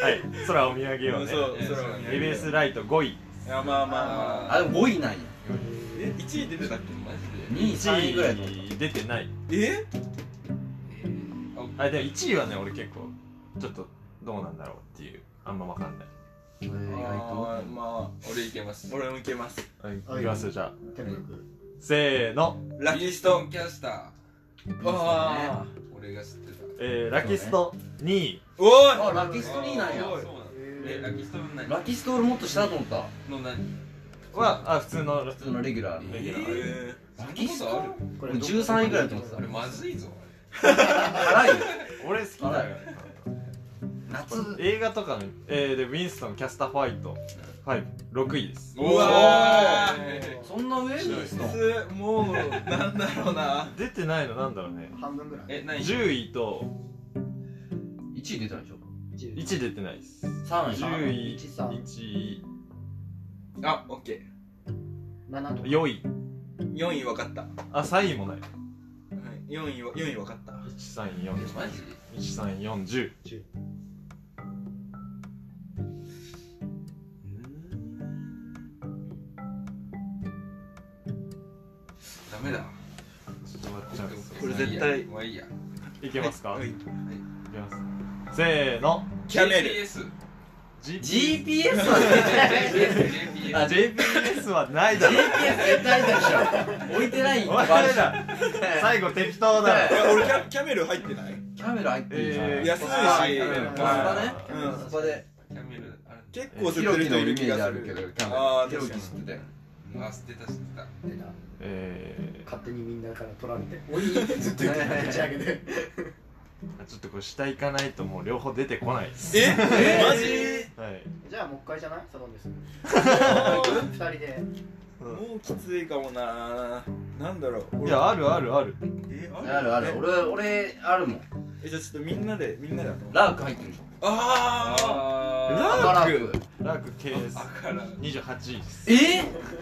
S2: はい空を見上げようね
S7: そうそれは
S2: ABS ライト5位
S7: いやまあまあまあ
S4: あでも5位なんや
S7: え1位出てたっ
S3: マジで
S4: 2位3位ぐらいだと思う
S2: 1位出てない
S7: けえ
S2: あでも1位はね俺結構ちょっとどうなんだろうっていうあんまわかんない
S4: これ意
S7: あ
S4: 外
S7: ーま
S3: 俺いけます
S7: あ俺もいけます
S2: はい
S9: はい
S2: いきますよじゃあ
S9: 天国
S2: せーの
S7: ラッキーストーン
S3: キャスター
S7: あ
S3: 俺が知ってた
S2: えーラキスト2位
S7: ーおい
S4: とあラキストリーなんや
S3: そうなんだえラキストの何
S4: ラキストールもっと下だと思った
S3: の何
S2: はあ普通の
S4: 普通のレギュラー
S7: え
S4: の
S7: ー
S4: ラキスト
S3: そんな
S4: ー
S3: こ
S4: ル
S3: と
S9: こ
S4: 俺13位ぐらいだと思って
S3: あれまずいぞ
S4: た辛いよ
S2: 俺好きだよ
S4: 夏
S2: 映画とかの、えーでウィンストンキャスターファイト56位です
S3: あれ
S7: うわ
S4: そんな上に
S7: ーもうなんだろうな
S2: 出てないのなんだろうね
S9: 半分ぐらい
S3: え何
S2: 10位と
S4: 1位出たんでしょ
S9: 1
S2: 1位出てないです
S4: 3位
S2: 10位
S9: 一三
S2: 1位
S7: あオッケ
S9: 7とか
S2: 4位
S7: ー4位分かったは
S2: あ3位もない
S7: い4位は4位分かった
S3: マ
S2: 13413410
S3: ジでダメだ
S2: ちょっと待っちゃうんですよ
S7: これ絶対
S3: まあいいや
S2: いけますか、
S7: はい
S2: い、けますせーの
S7: キャメル
S3: GPS
S2: GP
S4: GPS
S3: GPS
S4: は
S2: あ JPS はないだろ
S4: GPS 絶対出たでしょ置いてない
S2: お前ら最後適当だろ
S7: え俺キャキャメル入ってない
S4: キャメラ入ってるじゃん
S2: えー
S7: 安いし
S9: ー
S4: コスパね
S7: うん
S4: コスパで
S3: [LAUGHS] キャメルあれ
S7: 結構吸ってる人いる気がする
S4: ヒロキのイメージあるけどキャメル
S7: ああ
S4: ヒロ
S7: 確
S4: キ
S7: か
S4: 知
S7: に
S4: ってたよ
S3: あ捨てた捨てた
S9: 出た
S2: え
S9: 勝手にみんなから取られて「おい!」ずっと言ってた口上げて
S2: ー、ちょっとこれ下行かないともう両方出てこないです
S7: えマジ
S2: はい
S9: じゃあもう一回じゃないサドンです2人で
S7: もうきついかもななんだろう俺
S2: いやあるあるある
S7: え
S4: あるある俺俺あるもん
S7: えじゃあちょっとみんなでみんなでやろう
S4: ラーク入ってるでしょ
S7: ああ
S2: ラ
S4: ラ
S2: ー
S4: ーク
S2: ラーク系です
S3: だから
S2: 28位です
S4: え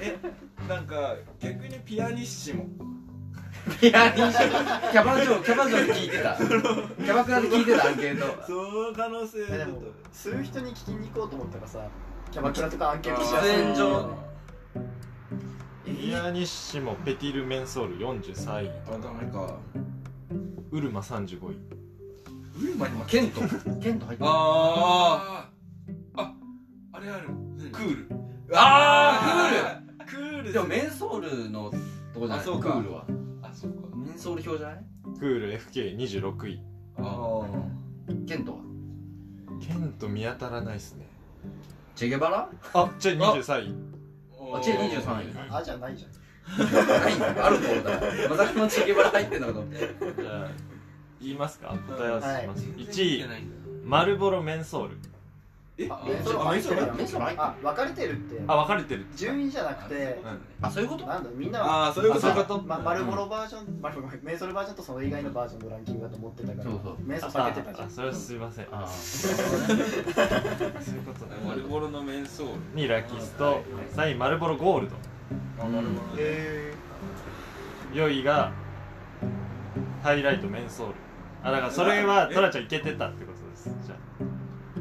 S7: えなんか逆にピアニッシモ
S4: いやいいじゃんキャバ嬢キャバ嬢で聞いてたキャバクラで聞いてたアンケート
S7: その可能性
S9: いやで
S7: ちょ
S9: も
S7: っと
S9: 吸う人に聞きに行こうと思ったらさキャバクラとかアンケートしやすい
S4: 喫煙所
S2: イアニッシモペティルメンソール43位
S7: あダメか
S2: ウルマ35位
S7: ウルマに負
S4: ケントケント入ってる
S3: ああああれあるクール
S4: あ
S7: ークールクール
S4: でもメンソールのとこじゃない
S7: あそう
S4: ク
S7: か
S4: ールは
S3: あそうか
S4: メンソール表じゃない
S2: クール FK26 位
S7: あー
S4: ケントは
S2: ケント見当たらないっすね
S4: チェゲバラ
S2: あじゃあ23位
S4: あチェ23位
S9: あじゃないじゃん
S4: ないんだあると思ったまさかのチェゲバラ入ってんのかと思って
S2: じゃあ言いますか答え合わせします、
S3: い
S2: 1
S3: け
S2: 位
S3: ないんだ
S2: マルボロメンソール
S7: え
S9: あ
S3: あ
S9: メンソール入ってるやん
S4: メンソール入ってる
S9: あ分かれてるって
S2: あ分かれてる
S9: 順位じゃなくて
S4: あそういうこと
S9: なんだみんなは
S7: ああそういうこと
S2: あそういう
S7: か
S2: こと
S9: ま、丸ボロバージョン、丸ボロメンソールバージョンとその以外のバージョンのランキングだと思ってたから
S4: そうそう
S9: メンソール
S2: あ
S9: 避けてたじゃ
S2: あ
S9: ん
S2: それはすいません
S4: あ
S2: そういうことね
S3: マルボロのメンソール
S2: 2位ラキスト3位マルボロゴールド
S7: あなるほどね
S9: へ
S2: 4位がハイライトメンソールあだからそれはトラちゃんいけてたってことですじゃ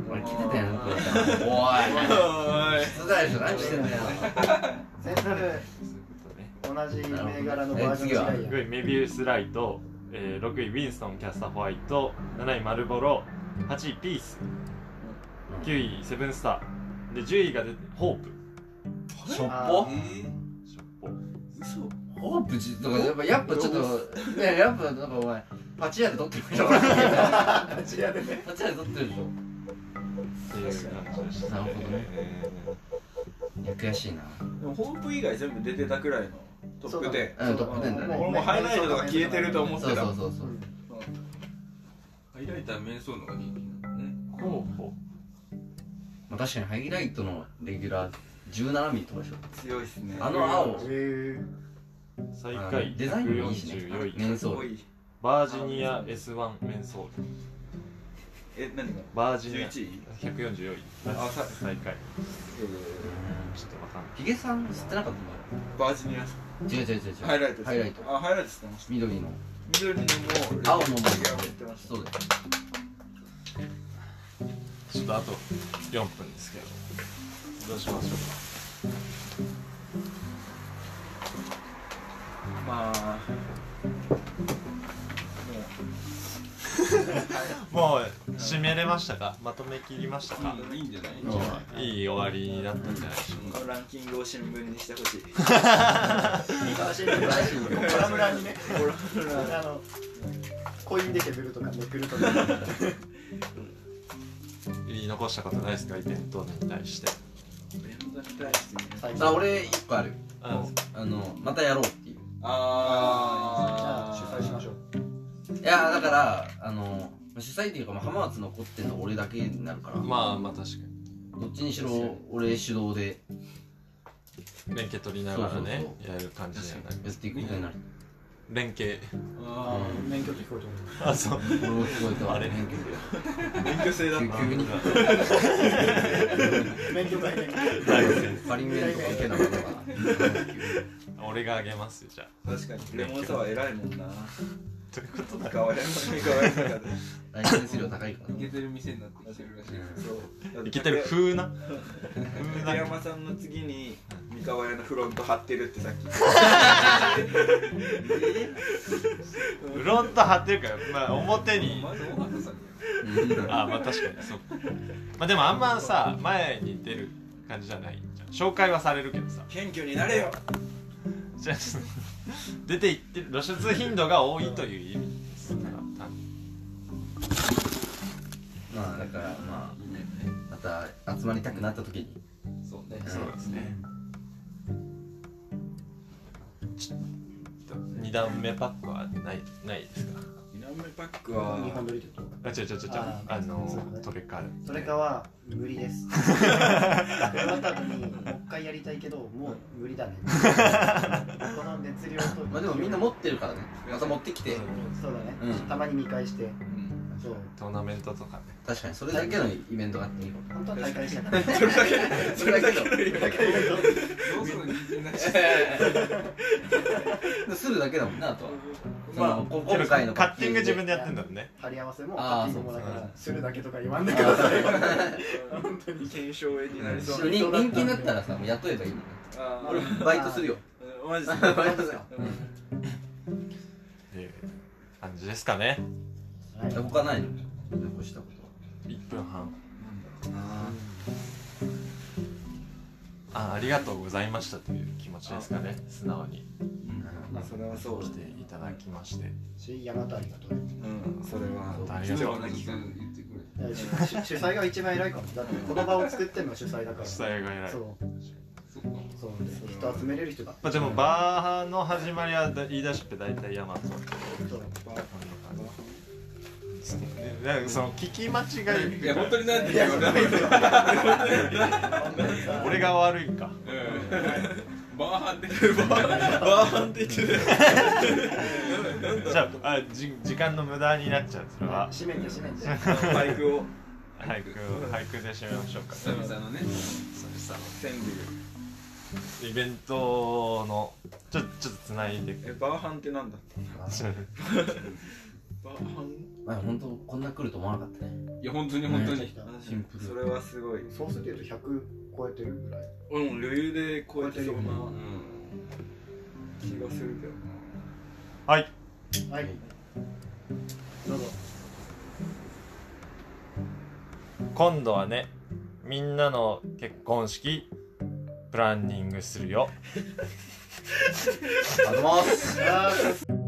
S4: 俺来てたやんこれおい
S7: おーい
S4: 出題者何してんだよ
S9: ー全部
S2: あそういうことね
S9: 同
S5: 同じ銘柄の
S4: なる
S5: バー
S4: ほど
S5: ジョン違いや
S4: え次
S2: 6位メビウスライト、えー、6位ウィンストンキャスターホワイト7位マルボロ8位ピース9位セブンスターで10位が出てホープ
S8: しょっ
S5: あ
S8: ぽ
S2: しょっぽ
S7: 嘘
S4: ホープじとかやっぱやっぱちょっとねやっぱなんかお前パチ屋で撮ってるでしょパチ屋でねパチ屋で撮ってるでしょ
S2: っていう感じでした
S4: なるほどね
S2: えー
S4: いや悔しいな
S7: でもホープ以外全部出てたくらいのトップ10、
S4: うんトップ10だね
S7: 俺もハイライトとか消えてると思って
S4: そう
S7: た
S4: そうそうそう
S3: ハイライター面相のが人気な
S2: 候補
S4: まあ確かにハイライトのレギュラー17ミリとかでしょ
S7: 強いっすね
S4: あの青
S9: え
S2: 最下位
S4: デザインもいいしね
S2: 144位
S4: メンソー
S7: 多
S4: ル
S7: い
S2: バージニア S1 メンソール
S7: え何が
S2: バージニア
S7: 11位
S2: 144位
S7: あさ
S2: 最下位
S7: え
S2: ちょっとわかんない
S4: ヒゲさん吸ってなかったの
S7: ーバージニア
S4: 違う違う違う違う
S7: ハイライトです
S4: ハイライト
S7: あハイライトしてまし
S4: 緑の
S7: た緑のも
S4: 青のも
S7: レギュラーもやってました
S4: そうだよ
S2: ちょっとあと4分ですけどどうしましょう
S7: まあ
S2: かもう締めれましたかまとめきりましたか、
S3: いいんじゃない
S2: いい終わりになったんじゃないでしょ
S7: もうランキングを新聞にしてほしい
S9: ー、コラムラにね
S7: コラムラ
S9: あのコインでヘブルとかめくるとか
S2: うか言い残したことないですかイベントに対して
S7: 弁護団に対してね
S9: 最
S4: あ俺一個あるあのまたやろうっていう
S7: あ
S9: 主催しましょう
S4: いやだからあの主催っていうか、まあ、浜松残ってんの俺だけになるから、
S2: まあまあ確か
S4: どっちにしろ俺主導で
S2: に連携取りながらね
S4: そう
S2: やる感じじゃない
S4: やっていくことになる
S2: 連携
S7: あ
S9: 免許って聞こえても
S2: あそう
S4: 俺も聞こえた
S2: あれ
S4: 免
S7: 免許制だった
S4: 急に
S9: 免許会ね
S4: パリメンとか受けなかったから
S2: 俺があげますよじゃあ
S7: 確かにレモンサワー偉いもんな
S2: ということだ
S7: かわいいかわいいか
S4: ライセンス料高いか
S3: い
S4: ら
S3: け
S4: ね
S3: てる店になってきてるらしい
S7: そう
S2: いけてる風 [LAUGHS] な風
S7: 竹
S2: な
S7: 山さんの次に三河屋のフロント張ってるってさっき
S2: フロント張ってるから、まあ、表に
S3: まず大畑さん
S2: あまあ確かにそうまあでもあんまさ前に出る感じじゃないじゃん紹介はされるけど [LAUGHS] さ
S7: 謙虚になれよ
S2: じゃあ出て行ってる露出頻度が多いという意味ですから単に
S4: まあだからまあまた集まりたくなった時に
S3: そうね
S2: そうですね。ちょっと二段目パックはないないですか。
S7: 南米パック
S9: 日
S7: は
S9: 本撮りってこと
S2: あ違う違う違う
S9: あー
S2: あの
S9: そうね
S2: トレカー
S9: それかは無理です。終わった後にもう一回やりたいけどもう無理だね。この熱量と。
S4: まあでもみんな持ってるからねまた持ってきて
S9: そうだね、
S4: うん
S9: たまに見返して。
S7: うん
S9: そう。
S2: トーナメントとかね。
S4: 確かにそれだけのイベントがあっていいかも
S9: 本当は大会したかった。
S4: それだけの
S3: どうするの人なし
S4: するだけだもんなあとは
S2: まあ
S4: その今回の
S2: カッティング自分でやってんだもんね。
S9: 貼り合わせもカ
S4: あー
S9: ッティングもだか
S2: そう
S9: らするだけとか言わんでください。本当に。
S7: 検証炎になりそう
S4: 人人気になったらさもう雇えばいいもんね
S7: あ
S9: 俺
S4: バイトするよ
S7: ーマジで
S4: バイトするよ
S2: っていう感じですかね。
S9: はい。
S4: 他ないの残したこ
S2: 一分半。あありがとうございましたという気持ちですかね。素直に
S7: まあそれはそう
S2: 来ていただきまして。
S9: し山田ありがとう。
S7: うんそれは
S2: あり
S3: 言
S2: が
S3: っ
S2: とう。
S3: てくれ
S9: 主主催が一番偉いかも。だってこの場を作ってんのは主催だから。
S2: 主
S9: そう。
S2: 催が偉い。
S3: そうか
S9: そうです。人集めれる人だ。
S2: まあでもバーの始まりはだ言い出しっぺ大体ヤマト。
S9: そう
S2: なんかその聞き間違 [LAUGHS] い
S3: いや本当になんて言わない
S2: 俺が悪いか
S3: バーハンで
S7: バーハンって言ってた
S2: じゃああじ時間の無駄になっちゃうそれは
S9: 締めて締めて。
S7: バイクを
S2: 俳句俳句で締めましょうか
S3: 久々のね
S2: 久々
S7: 全部
S2: のイベントのちょちょっとつないで
S7: えバーハンってなんだ
S2: ちょっ
S7: バーハン
S4: とまあ本当こんな来ると思わなかったね
S3: いや本当に本当
S9: で
S3: に
S9: きた
S4: シンプル
S7: それはすごい
S9: 総数で言うと100超えてるぐらい。
S7: 俺も余裕で超えてそう
S3: う
S7: な
S3: ん
S7: 気がするけどな
S2: はい
S9: はいどうぞ
S2: 今度はねみんなの結婚式プランニングするよ
S4: ありがとうございます。
S9: あー